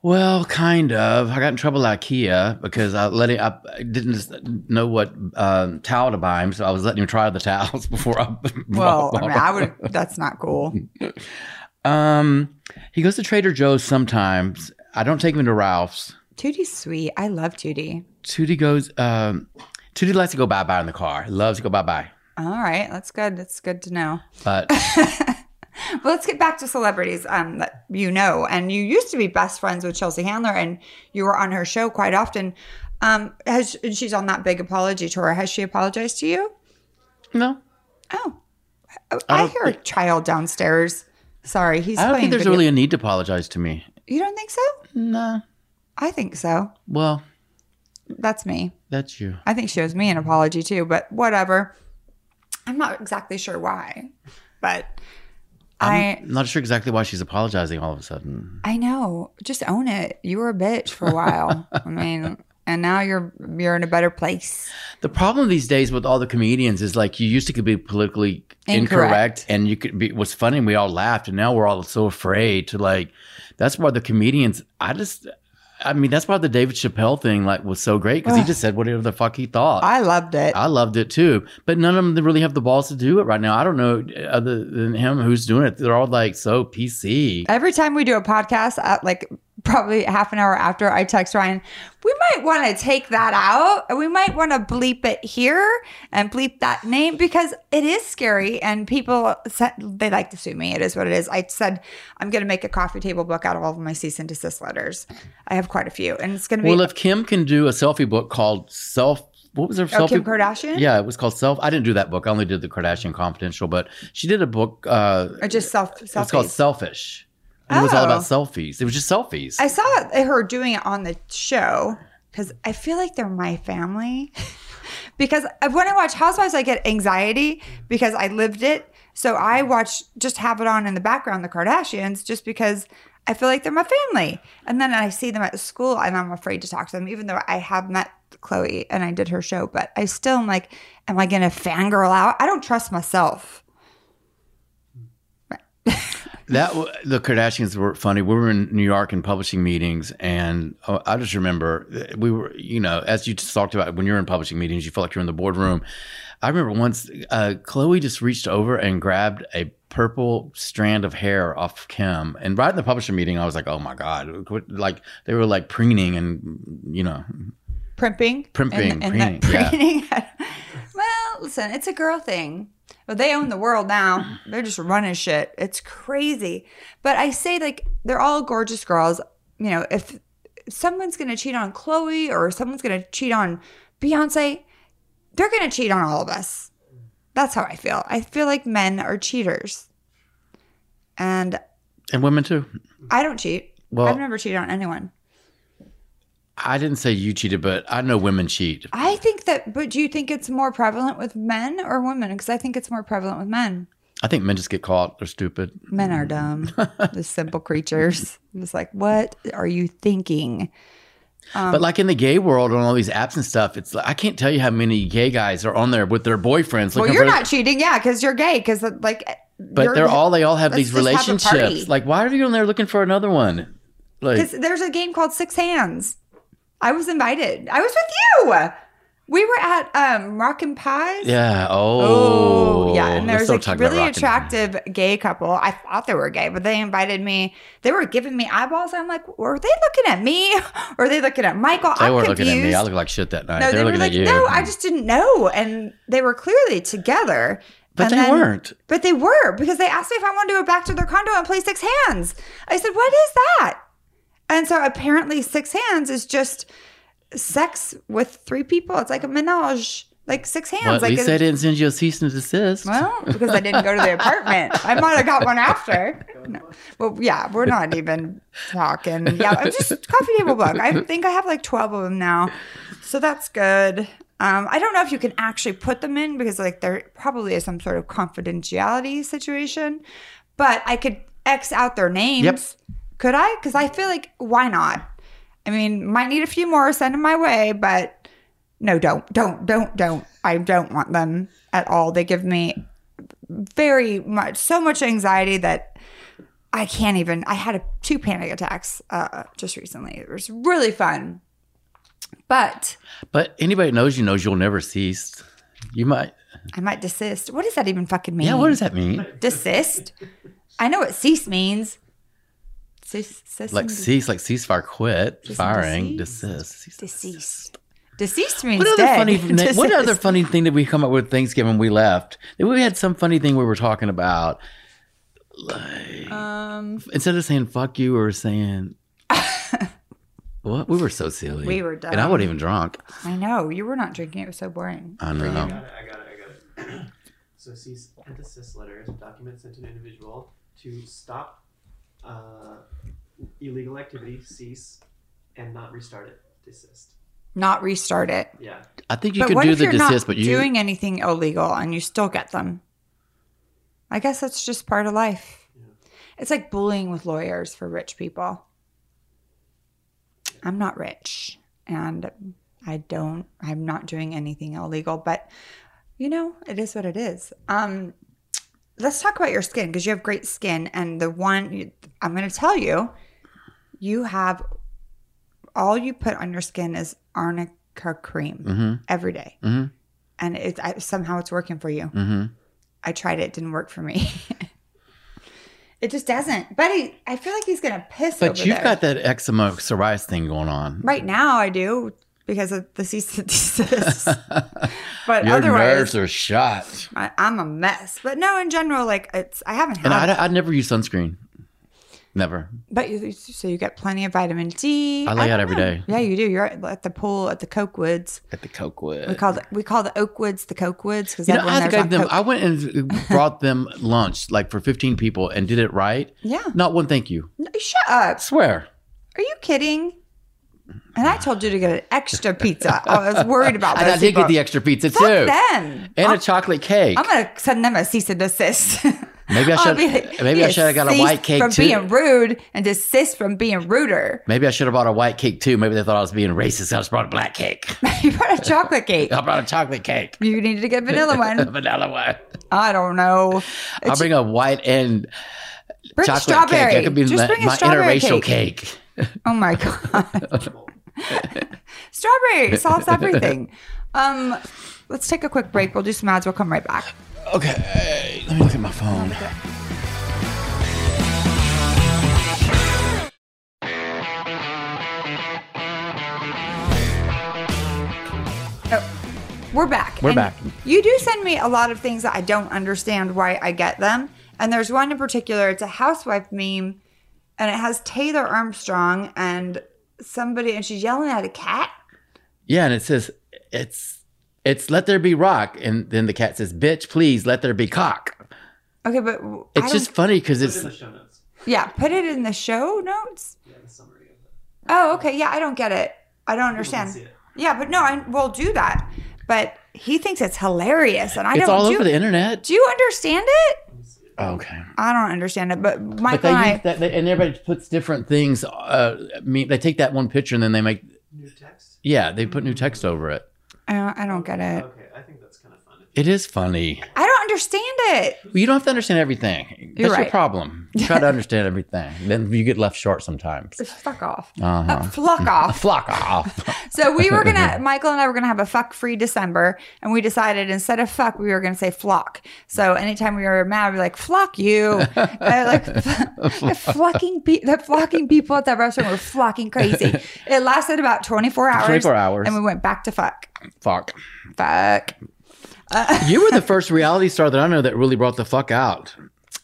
Speaker 3: Well, kind of. I got in trouble at IKEA because I let it. I didn't s- know what um, towel to buy him, so I was letting him try the towels (laughs) before I.
Speaker 2: Well, I mean,
Speaker 3: (laughs)
Speaker 2: I would. That's not cool.
Speaker 3: Um, he goes to Trader Joe's sometimes. I don't take him to Ralph's.
Speaker 2: Tootie's sweet. I love Tootie.
Speaker 3: Tootie goes. Um, Tootie likes to go bye bye in the car. Loves to go bye bye.
Speaker 2: All right, that's good. That's good to know. (laughs)
Speaker 3: But
Speaker 2: Well, let's get back to celebrities um, that you know. And you used to be best friends with Chelsea Handler, and you were on her show quite often. Um, has and she's on that big apology tour? Has she apologized to you?
Speaker 3: no,
Speaker 2: Oh, I,
Speaker 3: don't
Speaker 2: hear a child downstairs. Sorry, he's.
Speaker 3: I don't
Speaker 2: playing
Speaker 3: think there's
Speaker 2: video-
Speaker 3: really a need to apologize to me.
Speaker 2: You don't think so?
Speaker 3: Nah.
Speaker 2: I think so.
Speaker 3: Well,
Speaker 2: That's me.
Speaker 3: that's you.
Speaker 2: I think she owes me an apology too, but whatever. I'm not exactly sure why, but i
Speaker 3: I'm not sure exactly why she's apologizing all of a sudden.
Speaker 2: I know. Just own it. You were a bitch for a while. I mean,
Speaker 3: (laughs)
Speaker 2: and now you're you're in a better place.
Speaker 3: The problem these days with all the comedians is like you used to could be politically
Speaker 2: Incorrect.
Speaker 3: incorrect, and you could be was funny and we all laughed and now we're all so afraid to like that's why the comedians I just I mean that's why the David Chappelle thing like was so great because he just said whatever the fuck he thought. I-
Speaker 2: I loved it.
Speaker 3: loved it too, but none of them really have the balls to do it right now. I don't know uh, other than him who's doing it. They're all like so PC.
Speaker 2: Every time we do a podcast, at like probably half an hour after, I text Ryan, we might want to take that out. and We might want to bleep it here and bleep that name because it is scary. And people, said, they like to sue me. It is what it is. I said, I'm going to make a coffee table book out of all of my cease and desist letters. I have quite a few. And it's going to be
Speaker 3: Well, if Kim can do a selfie book called Self, what was her
Speaker 2: Oh,
Speaker 3: selfie?
Speaker 2: Kim Kardashian?
Speaker 3: Yeah, it was called Self. I didn't do that book. I only did the Kardashian Confidential, but she did a book. Uh,
Speaker 2: Or just self
Speaker 3: it was called
Speaker 2: selfies.
Speaker 3: Selfish. And It was all
Speaker 2: Oh.
Speaker 3: about selfies. It was just selfies.
Speaker 2: I saw her doing it on the show because I feel like they're my family. (laughs) because when I watch Housewives, I get anxiety because I lived it. So I watch, just have it on in the background, the Kardashians, just because I feel like they're my family. And then I see them at school and I'm afraid to talk to them, even though I have met Chloe and I did her show. But I still am like, am I going to fangirl out? I don't trust myself.
Speaker 3: That w- the Kardashians were funny. We were in New York in publishing meetings, and uh, I just remember uh, we were, you know, as you just talked about when you're in publishing meetings, you feel like you're in the boardroom. I remember once uh, Chloe just reached over and grabbed a purple strand of hair off Kim, and right in the publisher meeting, I was like, "Oh my god!" quit- Like they were like preening, and you know,
Speaker 2: primping,
Speaker 3: Primping,
Speaker 2: and, and that
Speaker 3: preening,
Speaker 2: preening. (laughs) well, listen, it's a girl thing. Well, they own the world now. They're just running shit. It's crazy. But I say like they're all gorgeous girls. You know, if someone's gonna cheat on Chloe or someone's gonna cheat on Beyonce, they're gonna cheat on all of us. That's how I feel. I feel like men are cheaters, and
Speaker 3: and women too.
Speaker 2: I don't cheat.
Speaker 3: Well-
Speaker 2: I've never cheated on anyone.
Speaker 3: I didn't say you cheated, but I know women cheat.
Speaker 2: I think that, but do you think it's more prevalent with men or women? Because I think it's more prevalent with men.
Speaker 3: I think men just get caught. They're stupid.
Speaker 2: Men are
Speaker 3: (laughs)
Speaker 2: dumb, the simple creatures. I'm just like, what are you thinking? Um,
Speaker 3: but like in the gay world on all these apps and stuff, it's like I can't tell you how many gay guys are on there with their boyfriends.
Speaker 2: Well,
Speaker 3: looking
Speaker 2: you're
Speaker 3: for-
Speaker 2: not cheating, yeah, because you're gay. Because like,
Speaker 3: But
Speaker 2: (laughs)
Speaker 3: they're all they all have
Speaker 2: Let's
Speaker 3: these
Speaker 2: just have a
Speaker 3: relationships.
Speaker 2: party.
Speaker 3: like, why are you on there looking for another one? Like,
Speaker 2: Because there's a game called Six Hands. I was invited. I was with you. We were at um, Rockin' Pies.
Speaker 3: Yeah. Oh.
Speaker 2: Oh, yeah. And there was
Speaker 3: Let's don't
Speaker 2: a
Speaker 3: talk about
Speaker 2: really
Speaker 3: rocking.
Speaker 2: attractive gay couple. I thought they were gay, but they invited me. They were giving me eyeballs. I'm like, were they looking at me? (laughs) Or are they looking at Michael?
Speaker 3: They
Speaker 2: I'm
Speaker 3: weren't
Speaker 2: confused.
Speaker 3: looking at me. I look like shit that night.
Speaker 2: no,
Speaker 3: they,
Speaker 2: they
Speaker 3: were
Speaker 2: were
Speaker 3: looking
Speaker 2: like,
Speaker 3: at you.
Speaker 2: no, I just didn't know. And they were clearly together.
Speaker 3: But
Speaker 2: And
Speaker 3: they
Speaker 2: then-
Speaker 3: weren't.
Speaker 2: But they were because they asked me if I wanted to go back to their condo and play six hands. I said, what is that? And so apparently, six hands is just sex with three people. It's like a menage, like six hands.
Speaker 3: Well, at
Speaker 2: like
Speaker 3: least
Speaker 2: a-
Speaker 3: they didn't send you a cease and desist.
Speaker 2: well, because I didn't go to the apartment. I might have got one after. No. Well, yeah, we're not even talking. Yeah, I'm just coffee table book. I think I have like 12 of them now. So that's good. Um, I don't know if you can actually put them in because like there probably is some sort of confidentiality situation, but I could X out their names. Could I? Because I feel like why not? I mean, might need a few more. Send them my way, but no, don't, don't, don't, don't. I don't want them at all. They give me very much, so much anxiety that I can't even. I had a, two panic attacks uh, just recently. It was really fun, but
Speaker 3: But anybody that knows you knows you'll never cease. You might.
Speaker 2: I might desist. What does that even fucking mean?
Speaker 3: Yeah. What does that mean?
Speaker 2: desist? I know what cease means. Cease, cease
Speaker 3: Like
Speaker 2: and des-
Speaker 3: cease, like ceasefire, quit,
Speaker 2: and
Speaker 3: firing,
Speaker 2: desist.
Speaker 3: desist. cease.
Speaker 2: deceased. Deceased means
Speaker 3: What other
Speaker 2: dead. (laughs)
Speaker 3: funny? na- What
Speaker 2: Desist.
Speaker 3: other funny thing did we come up with Thanksgiving? We left. We had some funny thing we were talking about.
Speaker 2: Um,
Speaker 3: Instead of saying "fuck you," we
Speaker 2: (laughs)
Speaker 3: were saying. What we were so silly.
Speaker 2: We were
Speaker 3: and I
Speaker 2: dumb.
Speaker 3: wasn't even drunk.
Speaker 2: I know you were not drinking. It was so boring.
Speaker 3: I know.
Speaker 1: got it, I got it, I got it. (clears throat) So cease and desist letter is a document sent to an individual to stop uh, illegal activity, cease, and not restart it, desist.
Speaker 2: Not restart it.
Speaker 1: Yeah.
Speaker 3: I think you
Speaker 2: But
Speaker 3: could
Speaker 2: what
Speaker 3: do
Speaker 2: if
Speaker 3: the
Speaker 2: you're not
Speaker 3: desist, but you
Speaker 2: doing anything illegal and you still get them? I guess that's just part of life. It's like bullying with lawyers for rich people. I'm not rich and I don't I'm not doing anything illegal, but you know, it is what it is. Um let's talk about your skin because you have great skin and the one I'm going to tell you you have all you put on your skin is arnica cream
Speaker 3: Mhm.
Speaker 2: every day.
Speaker 3: Mhm.
Speaker 2: and it I, somehow it's working for you.
Speaker 3: hmm
Speaker 2: I tried it; it didn't work for me. (laughs) it just doesn't, buddy. I feel like he's gonna piss.
Speaker 3: But
Speaker 2: over
Speaker 3: you've
Speaker 2: there.
Speaker 3: got that eczema psoriasis thing going on.
Speaker 2: right now. I do because of the cease and (laughs) desist.
Speaker 3: (laughs)
Speaker 2: but
Speaker 3: Your
Speaker 2: otherwise,
Speaker 3: nerves are shot.
Speaker 2: I, I'm a mess. But no, in general, like it's I haven't had.
Speaker 3: And I, I never use sunscreen. Never.
Speaker 2: but you, so you get plenty of vitamin D.
Speaker 3: I lay
Speaker 2: don't
Speaker 3: out every
Speaker 2: know.
Speaker 3: day.
Speaker 2: Yeah, you do. You're at, at the pool at the Cokewoods.
Speaker 3: At the Cokewood.
Speaker 2: We call the, we call the Oakwoods the Cokewoods because
Speaker 3: Uh, you know,
Speaker 2: everyone
Speaker 3: I
Speaker 2: there's on
Speaker 3: gave them.
Speaker 2: coke.
Speaker 3: I went and
Speaker 2: (laughs)
Speaker 3: brought them lunch, like for fifteen people, and did it right.
Speaker 2: yeah.
Speaker 3: Not one thank you.
Speaker 2: No, shut up.
Speaker 3: I swear.
Speaker 2: Are you kidding? And I told you to get an extra pizza.
Speaker 3: (laughs)
Speaker 2: I was worried about
Speaker 3: And
Speaker 2: those
Speaker 3: I did get
Speaker 2: people.
Speaker 3: the extra pizza too,
Speaker 2: Fuck them.
Speaker 3: and a chocolate cake.
Speaker 2: I'm gonna send them a cease and desist. (laughs)
Speaker 3: Maybe I
Speaker 2: I'll
Speaker 3: should-
Speaker 2: be like,
Speaker 3: maybe I
Speaker 2: "Yeah,
Speaker 3: should have got a
Speaker 2: cease
Speaker 3: white cake,
Speaker 2: from
Speaker 3: too."
Speaker 2: being rude and desist from being ruder. (laughs)
Speaker 3: Maybe I should have brought a white cake too. Maybe they thought I was being racist. I just brought a black cake.
Speaker 2: you brought a chocolate
Speaker 3: (laughs)
Speaker 2: cake.
Speaker 3: I brought a chocolate cake.
Speaker 2: You needed to get vanilla one.
Speaker 3: Vanilla one.
Speaker 2: I don't know.
Speaker 3: I'll bring a white and
Speaker 2: Bring a
Speaker 3: chocolate
Speaker 2: strawberry.
Speaker 3: cake. That could be
Speaker 2: Just
Speaker 3: my,
Speaker 2: bring a
Speaker 3: my
Speaker 2: strawberry
Speaker 3: interracial cake.
Speaker 2: Oh my god.
Speaker 3: (laughs)
Speaker 2: strawberry solves everything. Um, let's take a quick break. We'll do some ads. We'll come right back.
Speaker 3: Okay, let me look at my phone.
Speaker 2: We're back.
Speaker 3: We're
Speaker 2: And
Speaker 3: back.
Speaker 2: You do send me a lot of things that I don't understand why I get them. And there's one in particular, it's a housewife meme, and it has Taylor Armstrong and somebody, and she's yelling at a cat.
Speaker 3: Yeah, and it says it's it's let there be rock, and then the cat says, "Bitch, please let there be cock."
Speaker 2: Okay, but w- I
Speaker 3: It's
Speaker 2: don't-
Speaker 3: just funny because
Speaker 1: It's
Speaker 3: it's
Speaker 1: in the show notes.
Speaker 2: yeah, put it in the show notes.
Speaker 1: Yeah, the summary of it.
Speaker 2: Oh, okay. Yeah, I don't get it. I don't
Speaker 1: People can
Speaker 2: understand.
Speaker 1: see it.
Speaker 2: Yeah, but no, I will do that. But he thinks it's hilarious, and I
Speaker 3: it's
Speaker 2: don't.
Speaker 3: all
Speaker 2: do, Oh,
Speaker 3: over the internet.
Speaker 2: do you understand it?
Speaker 3: Okay,
Speaker 2: I don't understand it. But
Speaker 3: but
Speaker 2: Michael
Speaker 3: they
Speaker 2: and I,
Speaker 3: use that, they, and everybody puts different things. Uh, I mean, they take that one picture and then they make
Speaker 1: New text?
Speaker 3: yeah, they put new text over it.
Speaker 2: I don't, I don't get it.
Speaker 1: Okay, I think that's kind of fun.
Speaker 3: It is funny.
Speaker 2: I don't understand it.
Speaker 3: Well, you don't have to understand everything.
Speaker 2: You're
Speaker 3: That's
Speaker 2: right.
Speaker 3: your problem. Try to
Speaker 2: (laughs)
Speaker 3: understand everything. Then you get left short sometimes.
Speaker 2: Fuck off.
Speaker 3: Uh-huh.
Speaker 2: Uh,
Speaker 3: (laughs)
Speaker 2: Fuck off.
Speaker 3: Flock off.
Speaker 2: (laughs) So we were gonna, Michael and I were gonna have a fuck free December, and we decided instead of fuck, we were gonna say flock. So anytime we were mad, we were like flock you, And,
Speaker 3: (laughs)
Speaker 2: like the flocking pe- the flocking people at that restaurant were flocking crazy.
Speaker 3: (laughs)
Speaker 2: It lasted about twenty four hours.
Speaker 3: 24 hours.
Speaker 2: and we went back to fuck,
Speaker 3: Fuck.
Speaker 2: fuck.
Speaker 3: You were the first reality star that I know that really brought the fuck out.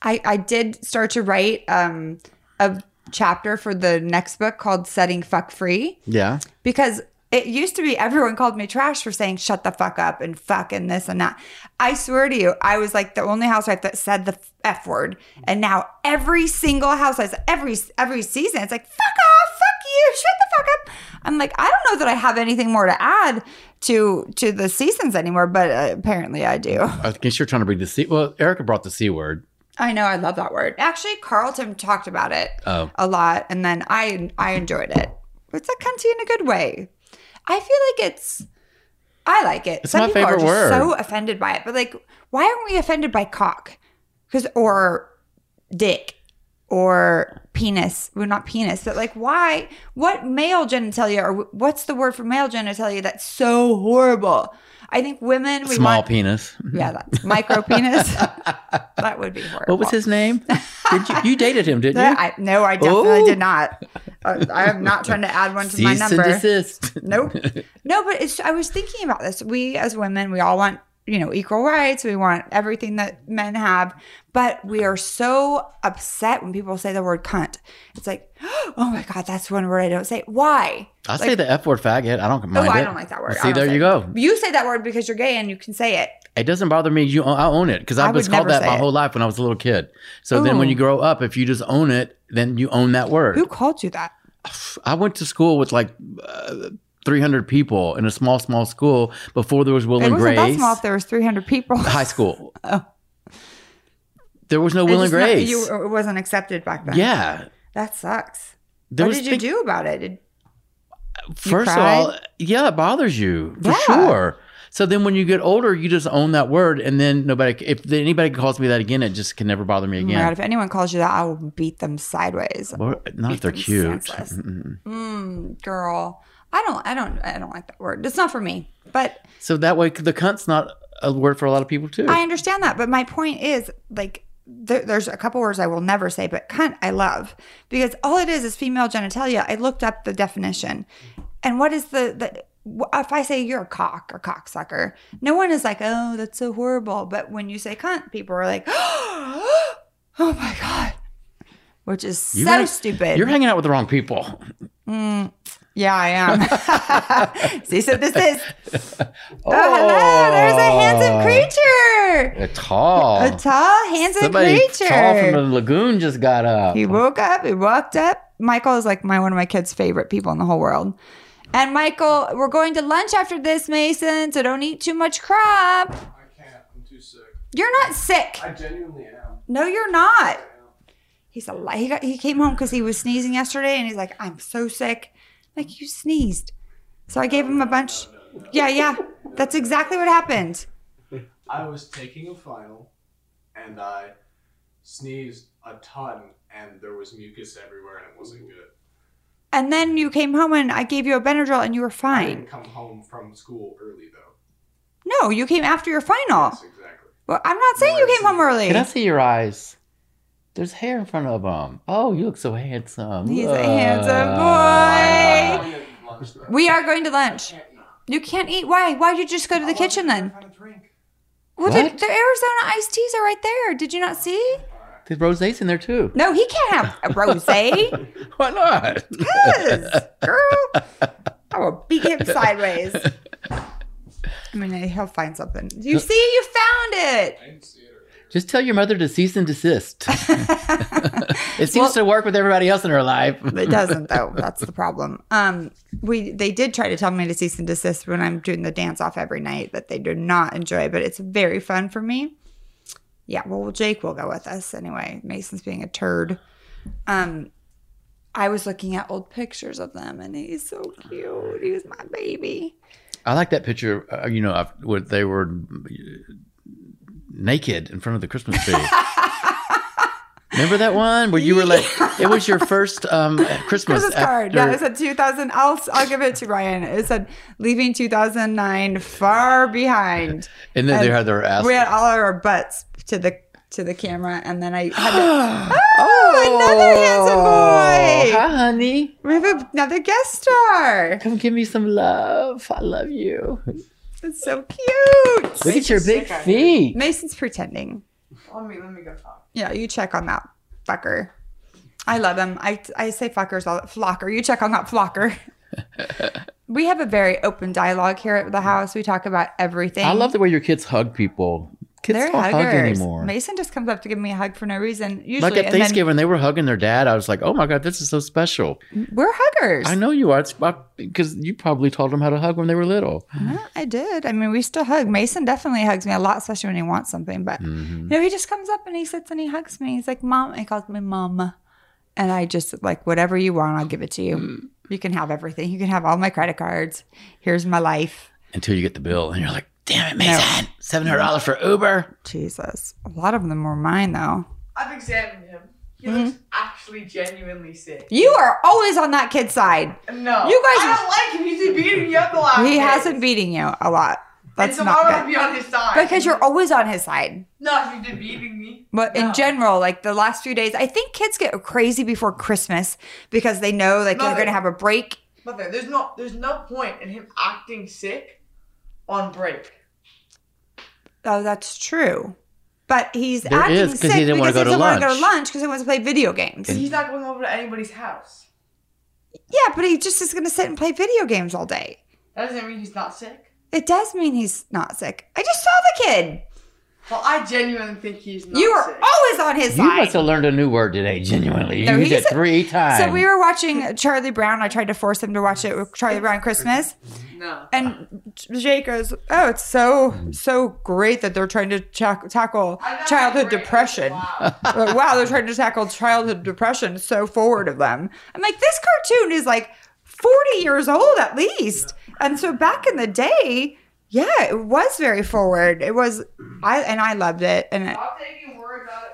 Speaker 2: I I did start to write um a chapter for the next book called Setting Fuck Free.
Speaker 3: Yeah.
Speaker 2: because it used to be everyone called me trash for saying shut the fuck up and fuck and this and that. I swear to you, I was like the only housewife that said the f word, and now every single housewife, every every season, it's like fuck off, fuck you, shut the fuck up. I'm like, I don't know that I have anything more to add to to the seasons anymore, but uh, apparently I do.
Speaker 3: I guess you're trying to bring the C. Well, Erica brought the C word.
Speaker 2: I know, I love that word. Actually, Carlton talked about it
Speaker 3: Oh.
Speaker 2: a lot, and then I I enjoyed it. It's a cunty in a good way. I feel like it's. I like it.
Speaker 3: It's my favorite
Speaker 2: are
Speaker 3: word.
Speaker 2: just so offended by it, but like, why aren't we offended by cock? Because or dick or penis. Well, not penis, but like, why? What male genitalia or what's the word for male genitalia that's so horrible? I think women we
Speaker 3: Small
Speaker 2: want.
Speaker 3: penis.
Speaker 2: yeah, that's micro penis.
Speaker 3: (laughs)
Speaker 2: that would be horrible.
Speaker 3: What was his name?
Speaker 2: (laughs)
Speaker 3: Did you, you dated him, didn't you?
Speaker 2: I, no, I definitely
Speaker 3: Oh.
Speaker 2: did not. Uh, I am not trying to add one
Speaker 3: (laughs)
Speaker 2: to my
Speaker 3: Cease and
Speaker 2: number. (laughs)
Speaker 3: desist. (laughs)
Speaker 2: Nope. No, but it's, I was thinking about this. We as women, we all want, you know, equal rights. We want everything that men have, but we are so upset when people say the word cunt. It's like, (gasps) oh my God, that's one word I don't say. Why?
Speaker 3: I say the F word faggot. I don't
Speaker 2: Oh,
Speaker 3: mind it.
Speaker 2: I don't like that word. I
Speaker 3: See,
Speaker 2: don't
Speaker 3: there
Speaker 2: say
Speaker 3: you
Speaker 2: it.
Speaker 3: go.
Speaker 2: You say that word because you're gay and you can say it.
Speaker 3: It doesn't bother me. You, I own it because I,
Speaker 2: I
Speaker 3: was
Speaker 2: would
Speaker 3: called
Speaker 2: never
Speaker 3: that
Speaker 2: say
Speaker 3: my
Speaker 2: it.
Speaker 3: whole life when I was a little kid. So then, when
Speaker 2: Ooh.
Speaker 3: you grow up, if you just own it, then you own that word.
Speaker 2: Who called you that?
Speaker 3: I went to school with like uh, 300 people in a small, small school before there was Will
Speaker 2: It
Speaker 3: and
Speaker 2: wasn't that
Speaker 3: Grace.
Speaker 2: small Oh. if there was 300 people. (laughs)
Speaker 3: High school. There was no Will
Speaker 2: It's
Speaker 3: and
Speaker 2: not-
Speaker 3: Grace.
Speaker 2: you, it wasn't accepted back then.
Speaker 3: yeah.
Speaker 2: That sucks.
Speaker 3: There
Speaker 2: what
Speaker 3: was
Speaker 2: did you
Speaker 3: big-
Speaker 2: do about it? Did-
Speaker 3: First of
Speaker 2: cried?
Speaker 3: all, yeah, it bothers you for
Speaker 2: Yeah.
Speaker 3: sure. So then when you get older, you just own that word. And then nobody, if anybody calls me that again, it just can never bother
Speaker 2: Oh
Speaker 3: me
Speaker 2: my God,
Speaker 3: again.
Speaker 2: if anyone calls you that, I will beat them sideways.
Speaker 3: Or- not if they're
Speaker 2: Beat them
Speaker 3: cute.
Speaker 2: senseless.
Speaker 3: Mm-mm.
Speaker 2: Mm, girl, I don't, I don't, I don't like that word. It's not for me. But
Speaker 3: So that way, the cunt's not a word for a lot of people, too.
Speaker 2: I understand that. But my point is, like, there, there's a couple words I will never say, but cunt I love because all it is is female genitalia. I looked up the definition, and what is the the wh- if I say you're a cock or cocksucker, no one is like, oh, that's so horrible. But when you say cunt, people are like, (gasps) oh my god, which is
Speaker 3: You
Speaker 2: so
Speaker 3: hang-
Speaker 2: stupid. Mm.
Speaker 3: You're hanging out with the wrong people.
Speaker 2: Yeah, I
Speaker 3: (laughs)
Speaker 2: am. (laughs) See, so this is. Oh, hello! There's a handsome creature.
Speaker 3: A Oh. tall.
Speaker 2: A tall, handsome
Speaker 3: Oh. Somebody
Speaker 2: creature.
Speaker 3: tall from the lagoon just got up.
Speaker 2: he woke up. He walked up. Michael is like my one of my kids' favorite people in the whole world. And Michael, we're going to lunch after this, Mason. So don't eat too much crap.
Speaker 5: I can't. I'm too sick.
Speaker 2: You're not sick.
Speaker 5: I genuinely am.
Speaker 2: No, you're not. He's a li- he got he came home because he was sneezing yesterday, and he's like, "I'm so sick." I'm like you sneezed, so I gave him a bunch. Yeah, yeah, that's exactly what happened.
Speaker 5: I was taking a final, and I sneezed a ton, and there was mucus everywhere, and it wasn't good.
Speaker 2: And then you came home, and I gave you a Benadryl, and you were
Speaker 5: I
Speaker 2: fine.
Speaker 5: didn't come home from school early though.
Speaker 2: No, you came after your final.
Speaker 5: Yes, exactly.
Speaker 2: Well, I'm not saying you came home early.
Speaker 3: Can I see your eyes? There's hair in front of them. Oh, you look so handsome.
Speaker 2: He's
Speaker 3: Look.
Speaker 2: a handsome boy.
Speaker 5: I'm gonna lunch though.
Speaker 2: We are going to lunch.
Speaker 5: Can't not.
Speaker 2: You can't eat. Why? Why'd you just go to the kitchen then?
Speaker 5: Have a drink.
Speaker 2: Well, the,
Speaker 3: What?
Speaker 2: the Arizona iced teas are right there. Did you not see?
Speaker 3: There's rosé's in there too.
Speaker 2: No, he can't have a
Speaker 3: (laughs)
Speaker 2: rosé.
Speaker 3: Why not?
Speaker 2: Yes, girl. I will beat him
Speaker 3: (laughs)
Speaker 2: sideways. I mean, he'll find something. You see, you found it.
Speaker 3: (laughs)
Speaker 5: I didn't see it. earlier.
Speaker 3: (laughs) Just tell your mother to cease and desist. it seems to work with everybody else in her life.
Speaker 2: It doesn't though. That's the problem. Um, we they did try to tell me to cease and desist when I'm doing the dance off every night that they do not enjoy, but it's very fun for me. Yeah, well, Jake will go with us anyway. Mason's being a turd. Um, I was looking at old pictures of them, and he's so cute. He was my baby.
Speaker 3: I like that picture. Uh, you know, of what they were uh, naked in front of the Christmas tree.
Speaker 2: (laughs)
Speaker 3: Remember that one where you were like, it was your first um, Christmas,
Speaker 2: (laughs) Christmas card. Yeah,
Speaker 3: after-
Speaker 2: it said 2000. I'll I'll give it to Ryan. It said leaving 2009 far behind.
Speaker 3: and then they
Speaker 2: and
Speaker 3: had their ass.
Speaker 2: We
Speaker 3: (gasps)
Speaker 2: had all of our butts to the to the camera, and then I had
Speaker 3: (gasps)
Speaker 2: to,
Speaker 3: Oh,
Speaker 2: oh, another handsome boy.
Speaker 3: Hi, honey.
Speaker 2: We have another guest star.
Speaker 3: Come give me some love. I love you.
Speaker 2: It's so cute.
Speaker 3: Look at your big feet.
Speaker 2: Mason's pretending.
Speaker 6: Let me let me go talk.
Speaker 2: Yeah, you check on that fucker. I love him. I, I say fuckers all flocker. You check on that
Speaker 3: (laughs)
Speaker 2: flocker. we have a very open dialogue here at the house. We talk about everything.
Speaker 3: I love the way your kids hug people. Kids
Speaker 2: They're
Speaker 3: don't
Speaker 2: huggers.
Speaker 3: hug anymore.
Speaker 2: Mason just comes up to give me a hug for no reason. Usually,
Speaker 3: Like at
Speaker 2: and then
Speaker 3: Thanksgiving, they were hugging their dad. I was like, "Oh my god, this is so special."
Speaker 2: we're huggers.
Speaker 3: I know you are, because you probably taught them how to hug when they were little.
Speaker 2: Yeah, I did. I mean, we still hug. Mason definitely hugs me a lot, especially when he wants something. But you know, he just comes up and he sits and he hugs me. He's like, "Mom," he calls me "Mom," and I just like whatever you want, I'll give it to you. You can have everything. You can have all my credit cards. Here's my life.
Speaker 3: Until you get the bill, and you're like, "Damn it, Mason, seven hundred dollars for Uber."
Speaker 2: Jesus, a lot of them were mine though.
Speaker 6: I've examined him. He
Speaker 2: Mm-hmm.
Speaker 6: looks actually genuinely sick.
Speaker 2: You are always on that kid's side.
Speaker 6: No,
Speaker 2: You guys-
Speaker 6: I don't like him. He's been beating me up a lot.
Speaker 2: He hasn't beating you a lot. That's
Speaker 6: and so I
Speaker 2: not
Speaker 6: want to
Speaker 2: good.
Speaker 6: be on his side
Speaker 2: because you're always on his side.
Speaker 6: No, he's been beating me.
Speaker 2: But in
Speaker 6: No.
Speaker 2: general, like the last few days, I think kids get crazy before Christmas because they know like they're
Speaker 6: Mother.
Speaker 2: going to have a break.
Speaker 6: Mother, there's no there's no point in him acting sick on break.
Speaker 2: Oh, that's true. But he's
Speaker 3: There
Speaker 2: acting
Speaker 3: is, 'cause he
Speaker 2: sick
Speaker 3: didn't wanna
Speaker 2: because he
Speaker 3: go to
Speaker 2: doesn't want to go
Speaker 3: lunch.
Speaker 2: to lunch because he wants to play video games.
Speaker 6: He's not going over to anybody's house.
Speaker 2: yeah, but he just is going to sit and play video games all day.
Speaker 6: That doesn't mean he's not sick.
Speaker 2: It does mean he's not sick. I just saw the kid.
Speaker 6: Well, I genuinely think he's not
Speaker 2: you were
Speaker 6: sick.
Speaker 2: always on his
Speaker 3: You
Speaker 2: side.
Speaker 3: must have learned a new word today. Genuinely, you
Speaker 2: No,
Speaker 3: used
Speaker 2: he's
Speaker 3: it
Speaker 2: a-
Speaker 3: three times.
Speaker 2: so we were watching Charlie Brown. I tried to force him to watch it with Charlie Brown Christmas.
Speaker 6: no.
Speaker 2: And Jake goes, "Oh, it's so so great that they're trying to tack tackle
Speaker 6: I got
Speaker 2: childhood
Speaker 6: my break.
Speaker 2: depression.
Speaker 6: Wow.
Speaker 2: (laughs) Like, wow, they're trying to tackle childhood depression so forward of them. I'm like, this cartoon is like 40 years old at least. And so back in the day, yeah, it was very forward. It was, I and I loved it. And it,
Speaker 6: Stop taking words out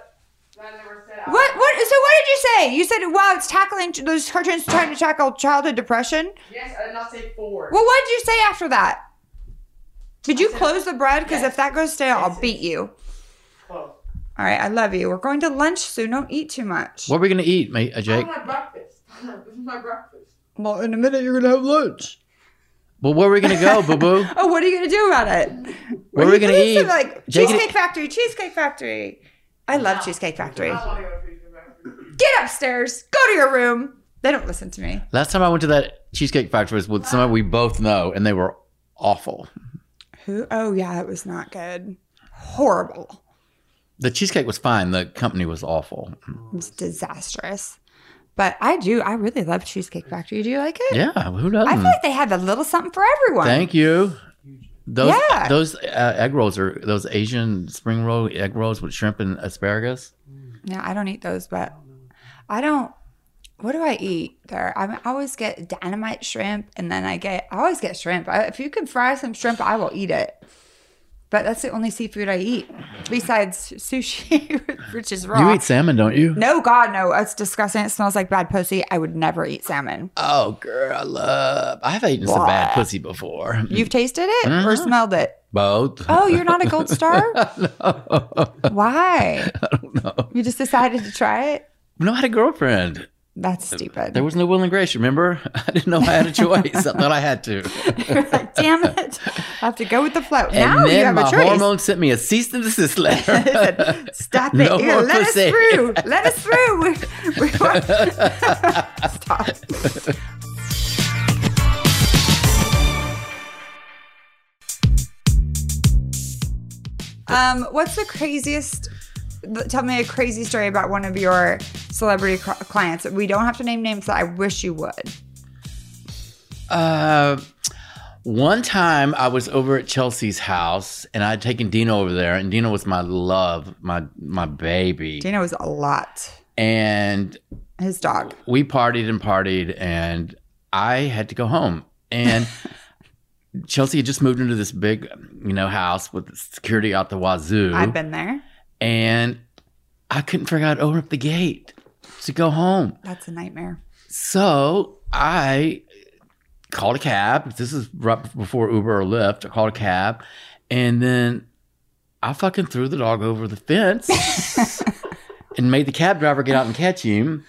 Speaker 6: that never said. out.
Speaker 2: what what? So what did you say? You said, wow, it's tackling those cartoons trying to tackle childhood depression.
Speaker 6: Yes, I did not say forward.
Speaker 2: Well, what did you say after that? Did you
Speaker 6: said-
Speaker 2: close the bread? Because if
Speaker 6: Yes.
Speaker 2: that goes stale, I'll
Speaker 6: Yes,
Speaker 2: beat you.
Speaker 6: Oh.
Speaker 2: All right, I love you. We're going to lunch soon. Don't eat too much.
Speaker 3: what are we gonna eat, mate?
Speaker 2: (laughs)
Speaker 3: Uh, Jake?
Speaker 6: I want my breakfast. (laughs) this is my breakfast.
Speaker 2: Well, in a minute, you're gonna have lunch.
Speaker 3: Well, where are we gonna go, Boo Boo?
Speaker 2: Oh, what are you gonna do about it?
Speaker 3: Where are we gonna
Speaker 2: What is
Speaker 3: eat?
Speaker 2: it Like
Speaker 3: Jake-
Speaker 2: Cheesecake Factory, Cheesecake Factory. I love Cheesecake Factory.
Speaker 6: I want to go to the breakfast.
Speaker 2: Get upstairs. Go to your room. They don't listen to me.
Speaker 3: Last time I went to that cheesecake factory was with someone we both know, and they were awful.
Speaker 2: Who? Oh yeah, it was not good. Horrible.
Speaker 3: The cheesecake was fine. The company was awful.
Speaker 2: It was disastrous. But I do. I really love Cheesecake Factory. Do you like it?
Speaker 3: Yeah, who
Speaker 2: I feel
Speaker 3: doesn't?
Speaker 2: like they have a little something for everyone.
Speaker 3: Thank you. Those
Speaker 2: Yeah.
Speaker 3: those uh, egg rolls are those Asian spring roll egg rolls with shrimp and asparagus.
Speaker 2: Yeah, I don't eat those, but I don't. What do I eat there? I, mean, I always get dynamite shrimp, and then I get I always get shrimp. I, if you can fry some shrimp, I will eat it. But that's the only seafood I eat besides sushi, (laughs) which is raw.
Speaker 3: You eat salmon, don't you?
Speaker 2: no, God, no! It's disgusting. It smells like bad pussy. I would never eat salmon.
Speaker 3: Oh, girl, I love. I have eaten some bad pussy before.
Speaker 2: You've tasted it
Speaker 3: Uh-huh.
Speaker 2: or smelled it?
Speaker 3: both.
Speaker 2: Oh,
Speaker 3: (laughs)
Speaker 2: you're not a gold star?
Speaker 3: no,
Speaker 2: Why?
Speaker 3: I don't know.
Speaker 2: You just decided to try it?
Speaker 3: No, I had a girlfriend.
Speaker 2: That's stupid.
Speaker 3: There was no will and grace. Remember, (laughs) I didn't know I had a choice. I thought I had to.
Speaker 2: You're like, damn it! I have to go with the flow. (laughs)
Speaker 3: And
Speaker 2: now
Speaker 3: then
Speaker 2: you have
Speaker 3: my
Speaker 2: a choice. (laughs)
Speaker 3: hormone sent me a cease and desist letter.
Speaker 2: They said, Stop it.
Speaker 3: (laughs) No
Speaker 2: Here,
Speaker 3: more
Speaker 2: let us
Speaker 3: pussy."
Speaker 2: through. Let us through. We, we (laughs) want... Stop. um, what's the craziest? th- Tell me a crazy story about one of your celebrity cr- clients. We don't have to name names, but I wish you would.
Speaker 3: Uh, one time I was over at Chelsea's house and I'd taken Dino over there, and Dino was my love, my my baby.
Speaker 2: Dana was a lot.
Speaker 3: And
Speaker 2: His dog.
Speaker 3: we partied and partied, and I had to go home. And Chelsea had just moved into this big, you know, house with security out the wazoo,
Speaker 2: I've been there.
Speaker 3: and I couldn't figure out how to open up the gate to go home.
Speaker 2: That's a nightmare.
Speaker 3: So I called a cab. This is right before Uber or Lyft. I called a cab, and then I fucking threw the dog over the fence and made the cab driver get out and catch him.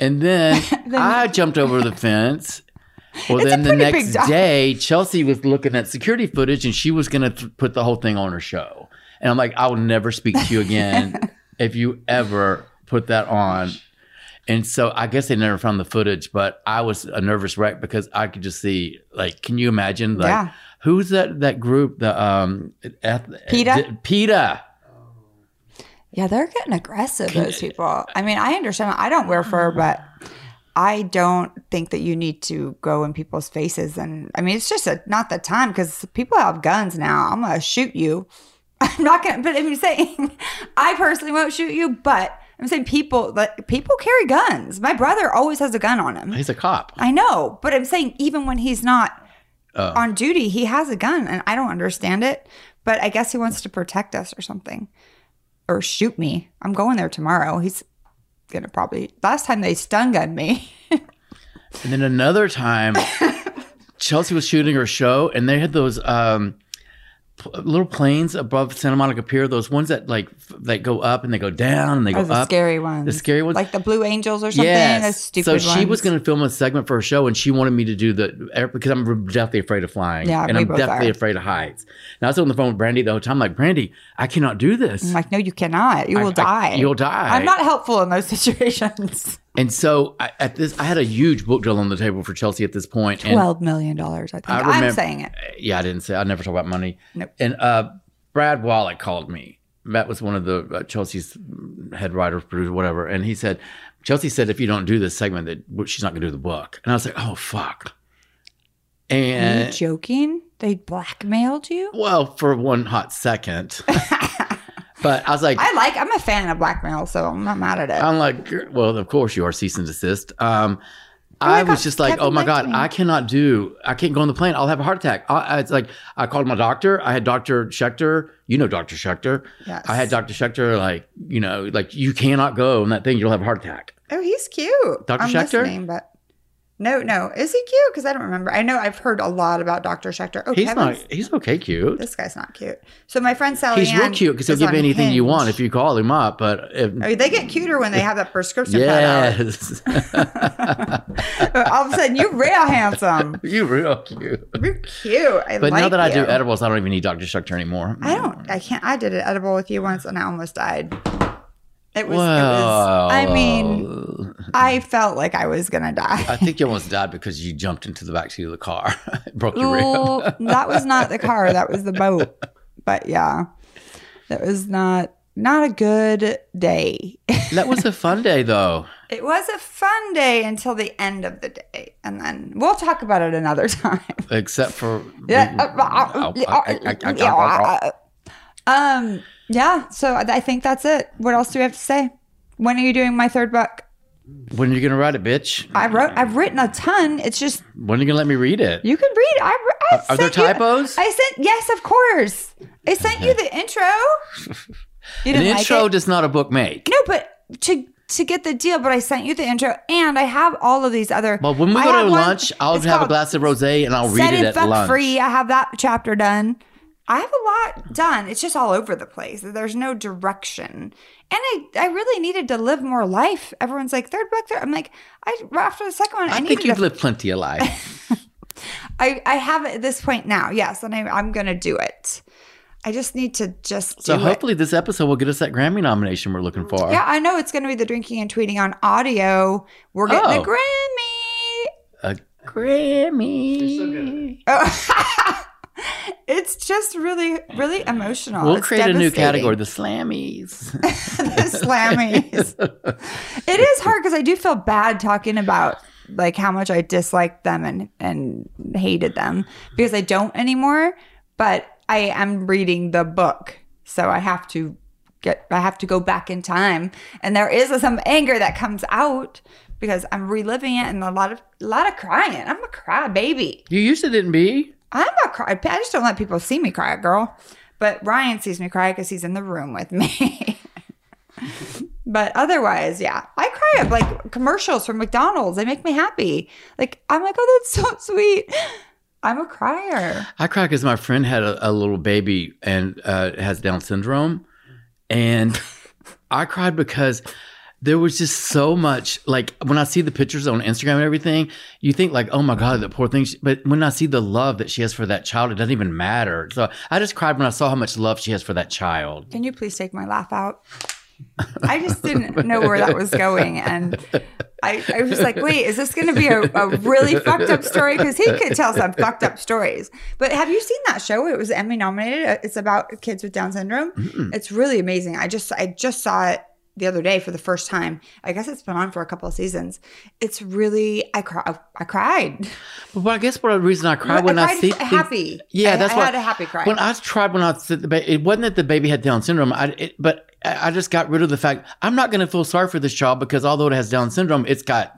Speaker 3: And then,
Speaker 2: (laughs) Then-
Speaker 3: I jumped over the fence.
Speaker 2: (laughs)
Speaker 3: Well,
Speaker 2: It's a
Speaker 3: then the
Speaker 2: pretty big
Speaker 3: next
Speaker 2: dog.
Speaker 3: day, Chelsea was looking at security footage, and she was going to th- put the whole thing on her show. And I'm like, I will never speak to
Speaker 2: (laughs)
Speaker 3: you again if you ever put that on. And so I guess they never found the footage, but I was a nervous wreck because I could just see, like, can you imagine, like,
Speaker 2: yeah.
Speaker 3: who's that that group, the um, eth- E
Speaker 2: PETA?
Speaker 3: d- PETA.
Speaker 2: Yeah, they're getting aggressive, those people. I mean, I understand. I don't wear fur, but I don't think that you need to go in people's faces. And I mean, it's just a, not the time because people have guns now. I'm going to shoot you. (laughs) I'm not going to, but I'm saying (laughs) I personally won't shoot you, but I'm saying people, like, people carry guns. My brother always has a gun on him.
Speaker 3: He's a cop.
Speaker 2: I know, but I'm saying even when he's not
Speaker 3: Oh.
Speaker 2: on duty, he has a gun, and I don't understand it. But I guess he wants to protect us or something, or shoot me. I'm going there tomorrow. He's gonna probably. Last time they stun gunned me.
Speaker 3: And then
Speaker 2: (laughs)
Speaker 3: another time, Chelsea was shooting her show, and they had those um, pl- little planes above Santa Monica Pier. Those ones that like f- that go up and they go
Speaker 2: (laughs)
Speaker 3: down and they go
Speaker 2: Those are
Speaker 3: up.
Speaker 2: Oh, scary ones.
Speaker 3: The scary ones.
Speaker 2: like the Blue Angels or something. Those stupid
Speaker 3: so she was
Speaker 2: ones.
Speaker 3: going to film a segment for her show, and she wanted me to do the er, because I'm deathly afraid of flying.
Speaker 2: Yeah,
Speaker 3: and
Speaker 2: we
Speaker 3: I'm
Speaker 2: both
Speaker 3: deathly
Speaker 2: are.
Speaker 3: afraid of heights. And I was on the phone with Brandy the whole time, like Brandy, I cannot do this.
Speaker 2: I'm like, no, you cannot. Mm, You
Speaker 3: I-
Speaker 2: will
Speaker 3: I-
Speaker 2: die.
Speaker 3: you'll die.
Speaker 2: I'm not helpful in those (laughs) situations.
Speaker 3: And so I, at this, I had a huge book deal on the table for Chelsea at this point, and
Speaker 2: Twelve million dollars. I think
Speaker 3: I
Speaker 2: I'm
Speaker 3: remember-
Speaker 2: saying it.
Speaker 3: yeah, I didn't say I never talk about money.
Speaker 2: Nope.
Speaker 3: And uh, Brad Wallach called me. That was one of the uh, Chelsea's head writer, producer, whatever. And he said, Chelsea said, if you don't do this segment, that well, she's not going to do the book. And I was like, oh fuck.
Speaker 2: Are you
Speaker 3: And
Speaker 2: joking? They blackmailed you.
Speaker 3: well, for one hot second, (laughs) but I was like,
Speaker 2: I like. I'm a fan of blackmail, so I'm not mad at it.
Speaker 3: I'm like, "Gir- well, of course you are cease and desist. Um,
Speaker 2: my
Speaker 3: I
Speaker 2: God,
Speaker 3: was just like,
Speaker 2: Captain
Speaker 3: oh my God,
Speaker 2: Lightning.
Speaker 3: I cannot do, I can't go on the plane. I'll have a heart attack. I, I- it's like, I called my doctor. I had Dr. Schechter. You know Dr. Schechter.
Speaker 2: Yes.
Speaker 3: I had Dr. Schechter, like, you know, like, you cannot go on that thing. You'll have a heart attack.
Speaker 2: Oh, he's cute.
Speaker 3: Dr.
Speaker 2: I'm
Speaker 3: Schechter?
Speaker 2: listening, but no, no. Is he cute? Because I don't remember. I know I've heard a lot about Dr. Schechter. Oh,
Speaker 3: he's
Speaker 2: Kevin's,
Speaker 3: not, he's okay cute.
Speaker 2: This guy's not cute. So my friend Sally
Speaker 3: he's real
Speaker 2: Ann
Speaker 3: cute because he'll
Speaker 2: is
Speaker 3: give
Speaker 2: on
Speaker 3: you anything you
Speaker 2: Hinge. Oh,
Speaker 3: want if you call him up. But if,
Speaker 2: I mean, they get cuter when they have that prescription
Speaker 3: (laughs)
Speaker 2: pad
Speaker 3: yes, (laughs)
Speaker 2: out. All of a sudden, you're real handsome.
Speaker 3: you real cute.
Speaker 2: You're cute. I
Speaker 3: But
Speaker 2: like
Speaker 3: now that I
Speaker 2: you.
Speaker 3: do edibles, I don't even need Dr. Schechter anymore.
Speaker 2: I don't. I can't. I did an edible with you once, and I almost died. It was.
Speaker 3: Well,
Speaker 2: it was I mean, I felt like I was gonna die.
Speaker 3: I think you almost died because you jumped into the backseat of the car, (laughs) broke your rib.
Speaker 2: Ooh, that was not the car. That was the boat. But yeah, that was not not a good day.
Speaker 3: That was a fun day, though.
Speaker 2: It was a fun day until the end of the day, and then we'll talk about it another time.
Speaker 3: Except for
Speaker 2: (laughs) um, yeah. So I think that's it. What else do we have to say? When are you doing my third book?
Speaker 3: when are you gonna write it, bitch?
Speaker 2: I wrote. I've written a ton. It's just
Speaker 3: When are you gonna let me read it?
Speaker 2: you can read. I, I
Speaker 3: Are there
Speaker 2: sent you-
Speaker 3: typos?
Speaker 2: I sent yes, of course. I sent you the
Speaker 3: (laughs)
Speaker 2: intro. You
Speaker 3: An
Speaker 2: didn't like
Speaker 3: intro
Speaker 2: it?
Speaker 3: does not a book make.
Speaker 2: no, but to to get the deal, but I sent you the intro, and I have all of these other.
Speaker 3: Well, when we
Speaker 2: I
Speaker 3: go
Speaker 2: have
Speaker 3: to
Speaker 2: one-
Speaker 3: lunch, I'll
Speaker 2: it's
Speaker 3: have a
Speaker 2: called
Speaker 3: glass of rosé and I'll
Speaker 2: Set
Speaker 3: read it
Speaker 2: and
Speaker 3: at
Speaker 2: fuck
Speaker 3: lunch.
Speaker 2: free. I have that chapter done. I have a lot done. It's just all over the place. There's no direction, and I I really needed to live more life. Everyone's like third book. Third. I'm like I after the second one. I,
Speaker 3: I
Speaker 2: needed
Speaker 3: think
Speaker 2: to
Speaker 3: you've lived plenty of life.
Speaker 2: I, I have it at this point now, yes, and I, I'm gonna do it. I just need to just (laughs)
Speaker 3: so
Speaker 2: do it.
Speaker 3: hopefully this episode will get us that Grammy nomination we're looking for.
Speaker 2: Yeah, I know it's gonna be the drinking and tweeting on audio. We're getting
Speaker 3: Oh.
Speaker 2: a Grammy.
Speaker 3: A Grammy.
Speaker 1: You're so good.
Speaker 2: Oh. (laughs) it's just really, really emotional.
Speaker 3: We'll
Speaker 2: It's
Speaker 3: create a new category,
Speaker 2: devastating.
Speaker 3: the Slammies.
Speaker 2: (laughs) the slammies.
Speaker 3: (laughs)
Speaker 2: it is hard because I do feel bad talking about like how much I disliked them and and hated them because I don't anymore. But I am reading the book, so I have to get I have to go back in time, and there is some anger that comes out because I'm reliving it and a lot of a lot of crying. I'm a cry baby.
Speaker 3: you used to didn't be.
Speaker 2: I'm not cry. I just don't let people see me cry, girl. But Ryan sees me cry because he's in the room with me. (laughs) but otherwise, yeah, I cry at like commercials from McDonald's. They make me happy. Like I'm like, oh, that's so sweet. I'm a crier.
Speaker 3: I cry because my friend had a, a little baby and uh, has Down syndrome, and I cried because there was just so much. Like when I see the pictures on Instagram and everything, you think like, "Oh my god, the poor thing." She, but when I see the love that she has for that child, it doesn't even matter. So I just cried when I saw how much love she has for that child.
Speaker 2: Can you please take my laugh out? I just didn't know where that was going, and I, I was like, "Wait, is this going to be a, a really fucked up story?" Because he could tell some fucked up stories. But have you seen that show? It was Emmy nominated. Uh, It's about kids with Down syndrome.
Speaker 3: Mm-hmm.
Speaker 2: It's really amazing. I just I just saw it the other day for the first time. I guess it's been on for a couple of seasons. It's really I cry, I cried.
Speaker 3: But I guess what the reason I cry
Speaker 2: I
Speaker 3: when I,
Speaker 2: cried
Speaker 3: see
Speaker 2: f-
Speaker 3: things-
Speaker 2: happy.
Speaker 3: Yeah,
Speaker 2: I-
Speaker 3: that's
Speaker 2: I
Speaker 3: why
Speaker 2: had a happy cry.
Speaker 3: When I tried when I said the ba- it wasn't that the baby had Down syndrome, I it, but I I just got rid of the fact I'm not going to feel sorry for this child because although it has Down syndrome, it's got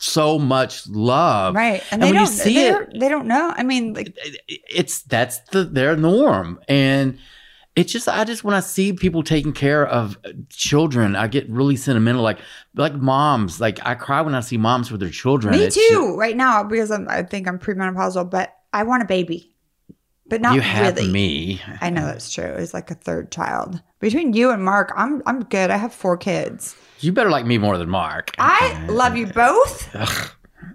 Speaker 3: so much love.
Speaker 2: right, and,
Speaker 3: And,
Speaker 2: they
Speaker 3: when
Speaker 2: don't
Speaker 3: you see
Speaker 2: they
Speaker 3: it,
Speaker 2: don't- they don't know. I mean, like
Speaker 3: it- it's that's the their norm and it's just i just when i see people taking care of children i get really sentimental like like moms like i cry when i see moms with their children
Speaker 2: Me
Speaker 3: It's
Speaker 2: too,
Speaker 3: ju-
Speaker 2: right now, because I'm, I think I'm premenopausal, but I want a baby, but not
Speaker 3: you have
Speaker 2: really.
Speaker 3: me
Speaker 2: I know that's true. It's like a third child between you and Mark. I'm I'm good. I have four kids.
Speaker 3: you better like me more than mark (laughs)
Speaker 2: I love you both.
Speaker 3: Ugh.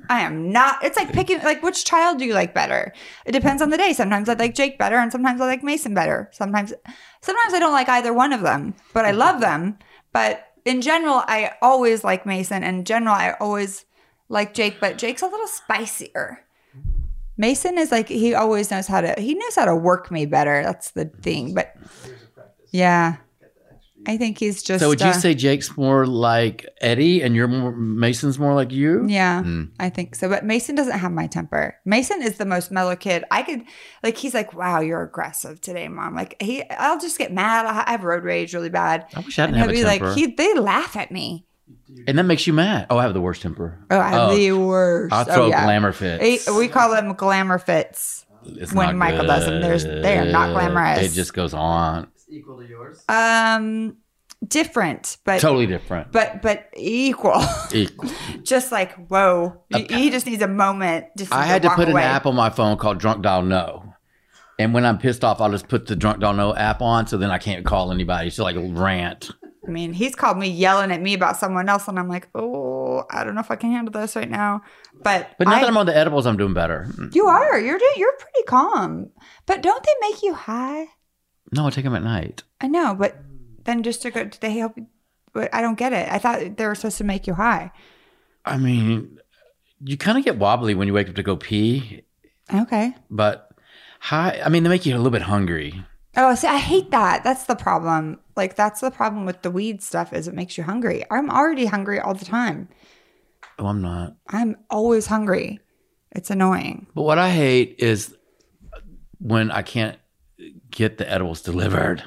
Speaker 2: I am not. It's like picking like which child do you like better? It depends on the day. Sometimes I like Jake better, and sometimes I like Mason better. Sometimes, sometimes I don't like either one of them, but I love them. But in general, I always like Mason. In general, I always like Jake, but Jake's a little spicier. Mason is like he always knows how to he knows how to work me better. That's the thing. But yeah, I think he's just.
Speaker 3: so would
Speaker 2: uh,
Speaker 3: you say jake's more like eddie and you're more mason's more like you
Speaker 2: Yeah,
Speaker 3: Mm.
Speaker 2: I think so. But Mason doesn't have my temper. Mason is the most mellow kid. I could, like, he's like, wow, you're aggressive today, mom. Like, he, I'll just get mad. I have road rage really bad.
Speaker 3: i wish i
Speaker 2: And
Speaker 3: didn't
Speaker 2: he'll
Speaker 3: have a
Speaker 2: be
Speaker 3: temper
Speaker 2: like, he, they laugh at me.
Speaker 3: and that makes you mad oh i have the worst temper
Speaker 2: Oh, I have
Speaker 3: Oh.
Speaker 2: the worst.
Speaker 3: i'll
Speaker 2: Oh,
Speaker 3: throw
Speaker 2: yeah.
Speaker 3: glamour fits
Speaker 2: Eh, we call them glamour fits.
Speaker 3: It's
Speaker 2: when
Speaker 3: not
Speaker 2: Michael does them, there's- they are not
Speaker 3: good.
Speaker 2: glamorous.
Speaker 3: It just goes on.
Speaker 1: It's equal to yours.
Speaker 2: Um, different, but
Speaker 3: totally
Speaker 2: (laughs)
Speaker 3: different.
Speaker 2: but but equal. (laughs)
Speaker 3: Equal.
Speaker 2: just like whoa, he, he just needs a moment. Just
Speaker 3: I had to
Speaker 2: walk
Speaker 3: put
Speaker 2: away.
Speaker 3: an app on my phone called Drunk Dial No. And when I'm pissed off, I'll just put the Drunk Dial No app on so then I can't call anybody. It's like rant.
Speaker 2: I mean, he's called me yelling at me about someone else, and I'm like, oh, I don't know if I can handle this right now. But
Speaker 3: But now
Speaker 2: I-
Speaker 3: that I'm on the edibles, I'm doing better. Mm.
Speaker 2: you are you're doing you're pretty calm. But don't they make you high?
Speaker 3: No, I take them at night.
Speaker 2: I know, but then just to go, did they help? you- But I don't get it. I thought they were supposed to make you high.
Speaker 3: I mean, you kind of get wobbly when you wake up to go pee,
Speaker 2: Okay.
Speaker 3: but high, I mean, they make you a little bit hungry.
Speaker 2: Oh, see, I hate that. That's the problem. Like that's the problem with the weed stuff is it makes you hungry. I'm already hungry all the time.
Speaker 3: Oh, I'm not.
Speaker 2: I'm always hungry. It's annoying.
Speaker 3: But what I hate is when I can't get the edibles delivered,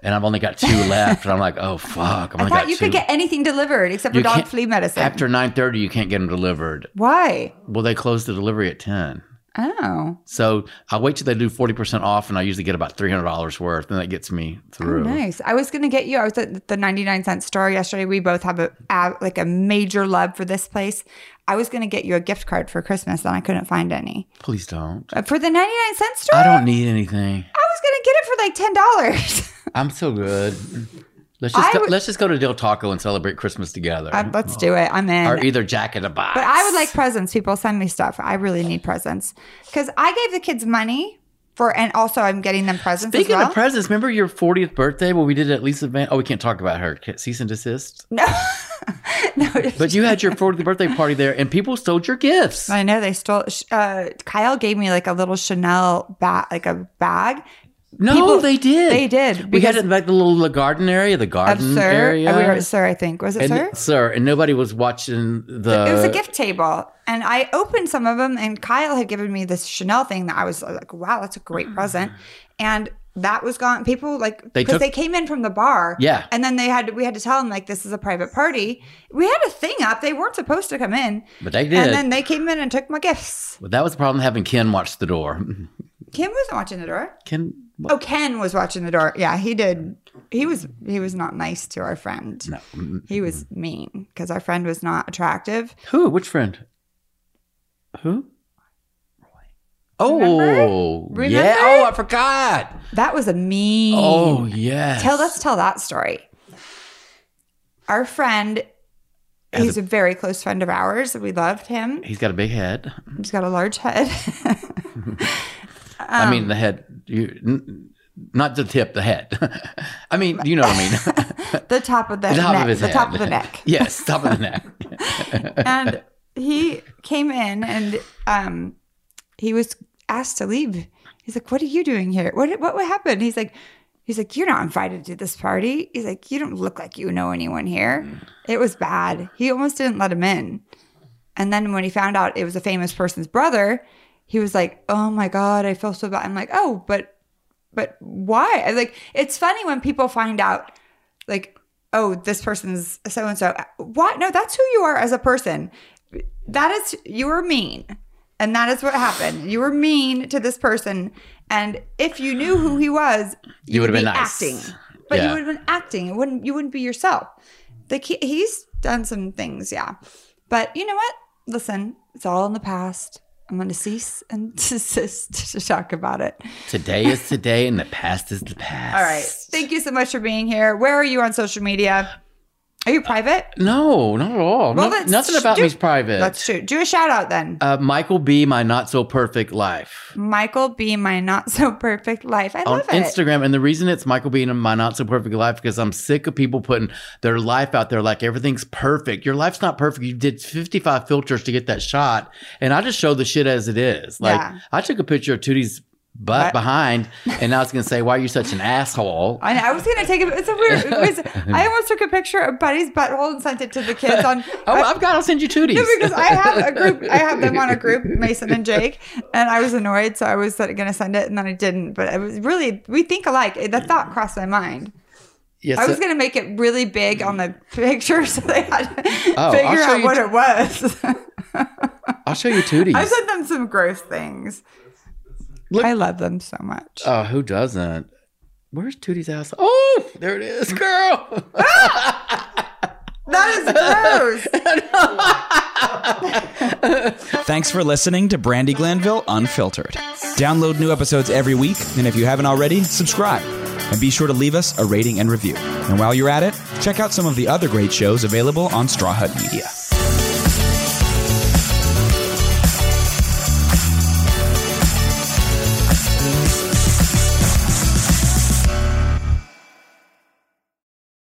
Speaker 3: and I've only
Speaker 2: (laughs)
Speaker 3: got two left, and I'm like, oh fuck! I've
Speaker 2: I
Speaker 3: only
Speaker 2: thought
Speaker 3: got
Speaker 2: you
Speaker 3: two.
Speaker 2: could get anything delivered except for
Speaker 3: You
Speaker 2: dog
Speaker 3: can't-
Speaker 2: flea medicine.
Speaker 3: after nine thirty. You can't get them delivered.
Speaker 2: Why?
Speaker 3: Well, they close the delivery at ten.
Speaker 2: Oh,
Speaker 3: So I wait till they do forty percent off, and I usually get about three hundred dollars worth, and that gets me
Speaker 2: oh,
Speaker 3: through.
Speaker 2: nice. I was gonna get you. I was at the ninety nine cent store yesterday. We both have a a- like a major love for this place. I was gonna get you a gift card for Christmas, and I couldn't find any
Speaker 3: Please don't.
Speaker 2: Uh, for the ninety nine cent store.
Speaker 3: I
Speaker 2: I,
Speaker 3: don't need anything.
Speaker 2: was gonna get it for like ten dollars. (laughs)
Speaker 3: I'm so good. Let's just
Speaker 2: I
Speaker 3: go,
Speaker 2: would-
Speaker 3: let's just go to Del Taco and celebrate Christmas together,
Speaker 2: Uh, Let's do it. I'm in.
Speaker 3: or either Jack in a Box.
Speaker 2: But I would like presents. People send me stuff. I really need presents because I gave the kids money for, and also I'm getting them presents
Speaker 3: Speaking
Speaker 2: as well.
Speaker 3: of presents, remember your 40th birthday when we did it at Lisa Van? Oh, we can't talk about her. Can't- Cease and desist.
Speaker 2: (laughs) no, (laughs) no.
Speaker 3: But you had your 40th birthday party there, and people stole your gifts.
Speaker 2: I know they stole. sh- Uh, Kyle gave me like a little Chanel bag, like a bag.
Speaker 3: No,
Speaker 2: people-
Speaker 3: they did.
Speaker 2: they did,
Speaker 3: We had
Speaker 2: because-
Speaker 3: it in like the little garden area, the
Speaker 2: of
Speaker 3: garden
Speaker 2: Sir.
Speaker 3: area.
Speaker 2: uh, We were at Sir, I think. Was it
Speaker 3: and,
Speaker 2: Sir?
Speaker 3: Sir, and nobody was watching the.
Speaker 2: it was a gift table, and I opened some of them. And Kyle had given me this Chanel thing that I was uh, like, "Wow, that's a great present," and that was gone. People like
Speaker 3: Mm. They
Speaker 2: because
Speaker 3: took-
Speaker 2: they came in from the bar,
Speaker 3: Yeah.
Speaker 2: and then they had we had to tell them like this is a private party. We had a thing up; they weren't supposed to come in,
Speaker 3: But they did.
Speaker 2: and then they came in and took my gifts.
Speaker 3: Well, that was the problem having Ken watch the door. (laughs)
Speaker 2: Kim wasn't watching the door.
Speaker 3: Can
Speaker 2: Oh, Ken was watching the door. Yeah, he did. He was he was not nice to our friend.
Speaker 3: no. Mm.
Speaker 2: He was mean because our friend was not attractive.
Speaker 3: Who? Which friend? Who? Oh,
Speaker 2: Remember?
Speaker 3: yeah.
Speaker 2: Remember?
Speaker 3: Oh, I forgot.
Speaker 2: That was a mean.
Speaker 3: Oh, yes.
Speaker 2: Tell let's tell that story. Our friend,
Speaker 3: Has
Speaker 2: he's a very close friend of ours. We loved him.
Speaker 3: He's got a big head.
Speaker 2: He's got a large head.
Speaker 3: (laughs)
Speaker 2: Um,
Speaker 3: I mean, the head. You, n- not the tip, the head. (laughs) I mean, you know what I mean.
Speaker 2: (laughs) the top of the,
Speaker 3: (laughs) the top
Speaker 2: neck,
Speaker 3: of his
Speaker 2: the
Speaker 3: head.
Speaker 2: top of the neck.
Speaker 3: (laughs) yes, top of the
Speaker 2: (laughs)
Speaker 3: neck.
Speaker 2: and he came in and um, he was asked to leave. He's like, "What are you doing here? What what would happen?" He's like, "He's like, you're not invited to this party." He's like, "You don't look like you know anyone here." It was bad. He almost didn't let him in. And then when he found out it was a famous person's brother, he was like, "Oh my god, I feel so bad." I'm like, "Oh, but but why?" I like it's funny when people find out like, "Oh, this person's so and so." What? No, that's who you are as a person. That is you were mean. And that is what happened. You were mean to this person, and if you knew who he was,
Speaker 3: You would've
Speaker 2: would
Speaker 3: been
Speaker 2: be
Speaker 3: nice.
Speaker 2: acting. But
Speaker 3: Yeah.
Speaker 2: you would have been acting. It wouldn't you wouldn't be yourself. Like he, he's done some things, yeah. But you know what? Listen, it's all in the past. I'm going to cease and (laughs) desist to talk about it.
Speaker 3: Today
Speaker 2: (laughs)
Speaker 3: is today, and the past is the past.
Speaker 2: All right. Thank you so much for being here. Where are you on social media? Are you private?
Speaker 3: No, not at all.
Speaker 2: Well,
Speaker 3: No-
Speaker 2: let's
Speaker 3: nothing about
Speaker 2: do-
Speaker 3: me's private.
Speaker 2: Let's shoot. Do a shout out then.
Speaker 3: uh, Michael B. My Not So Perfect Life
Speaker 2: Michael B, my not so perfect life. I
Speaker 3: on
Speaker 2: love it.
Speaker 3: Instagram. And the reason it's Michael B. and My Not So Perfect Life because I'm sick of people putting their life out there like everything's perfect. Your life's not perfect. You did 55 filters to get that shot. And I just show the shit as it is. Like
Speaker 2: Yeah.
Speaker 3: I took a picture of Tootie's
Speaker 2: Butt.
Speaker 3: butt behind, and now it's going to say, Why are you such an asshole?
Speaker 2: (laughs) I, know, I was gonna take it. It's a weird. It
Speaker 3: (laughs)
Speaker 2: was, I almost took a picture of Buddy's butthole and sent it to the kids
Speaker 3: (laughs)
Speaker 2: on.
Speaker 3: Oh, I've got. I'll send you
Speaker 2: (laughs)
Speaker 3: Tootie's.
Speaker 2: No, because I have a group. I have them on a
Speaker 3: (laughs)
Speaker 2: group, Mason and Jake, and I was annoyed, so I was going to send it, and then I didn't. But it was really we think alike. The thought crossed my mind.
Speaker 3: Yes,
Speaker 2: I was
Speaker 3: uh,
Speaker 2: going to make it really big on the picture, (laughs) so they had to
Speaker 3: Oh, I'll
Speaker 2: figure
Speaker 3: show
Speaker 2: out
Speaker 3: you
Speaker 2: what
Speaker 3: t-
Speaker 2: it was. (laughs)
Speaker 3: I'll show you Tootie's.
Speaker 2: I sent them some gross things.
Speaker 3: Look-
Speaker 2: I love them so much.
Speaker 3: Oh, who doesn't? Where's Tootie's ass? Oh, there it is, girl. (laughs)
Speaker 2: that is gross.
Speaker 4: Thanks for listening to Brandy Glanville Unfiltered. Download new episodes every week, and if you haven't already, subscribe. And be sure to leave us a rating and review. And while you're at it, check out some of the other great shows available on Straw Hut Media.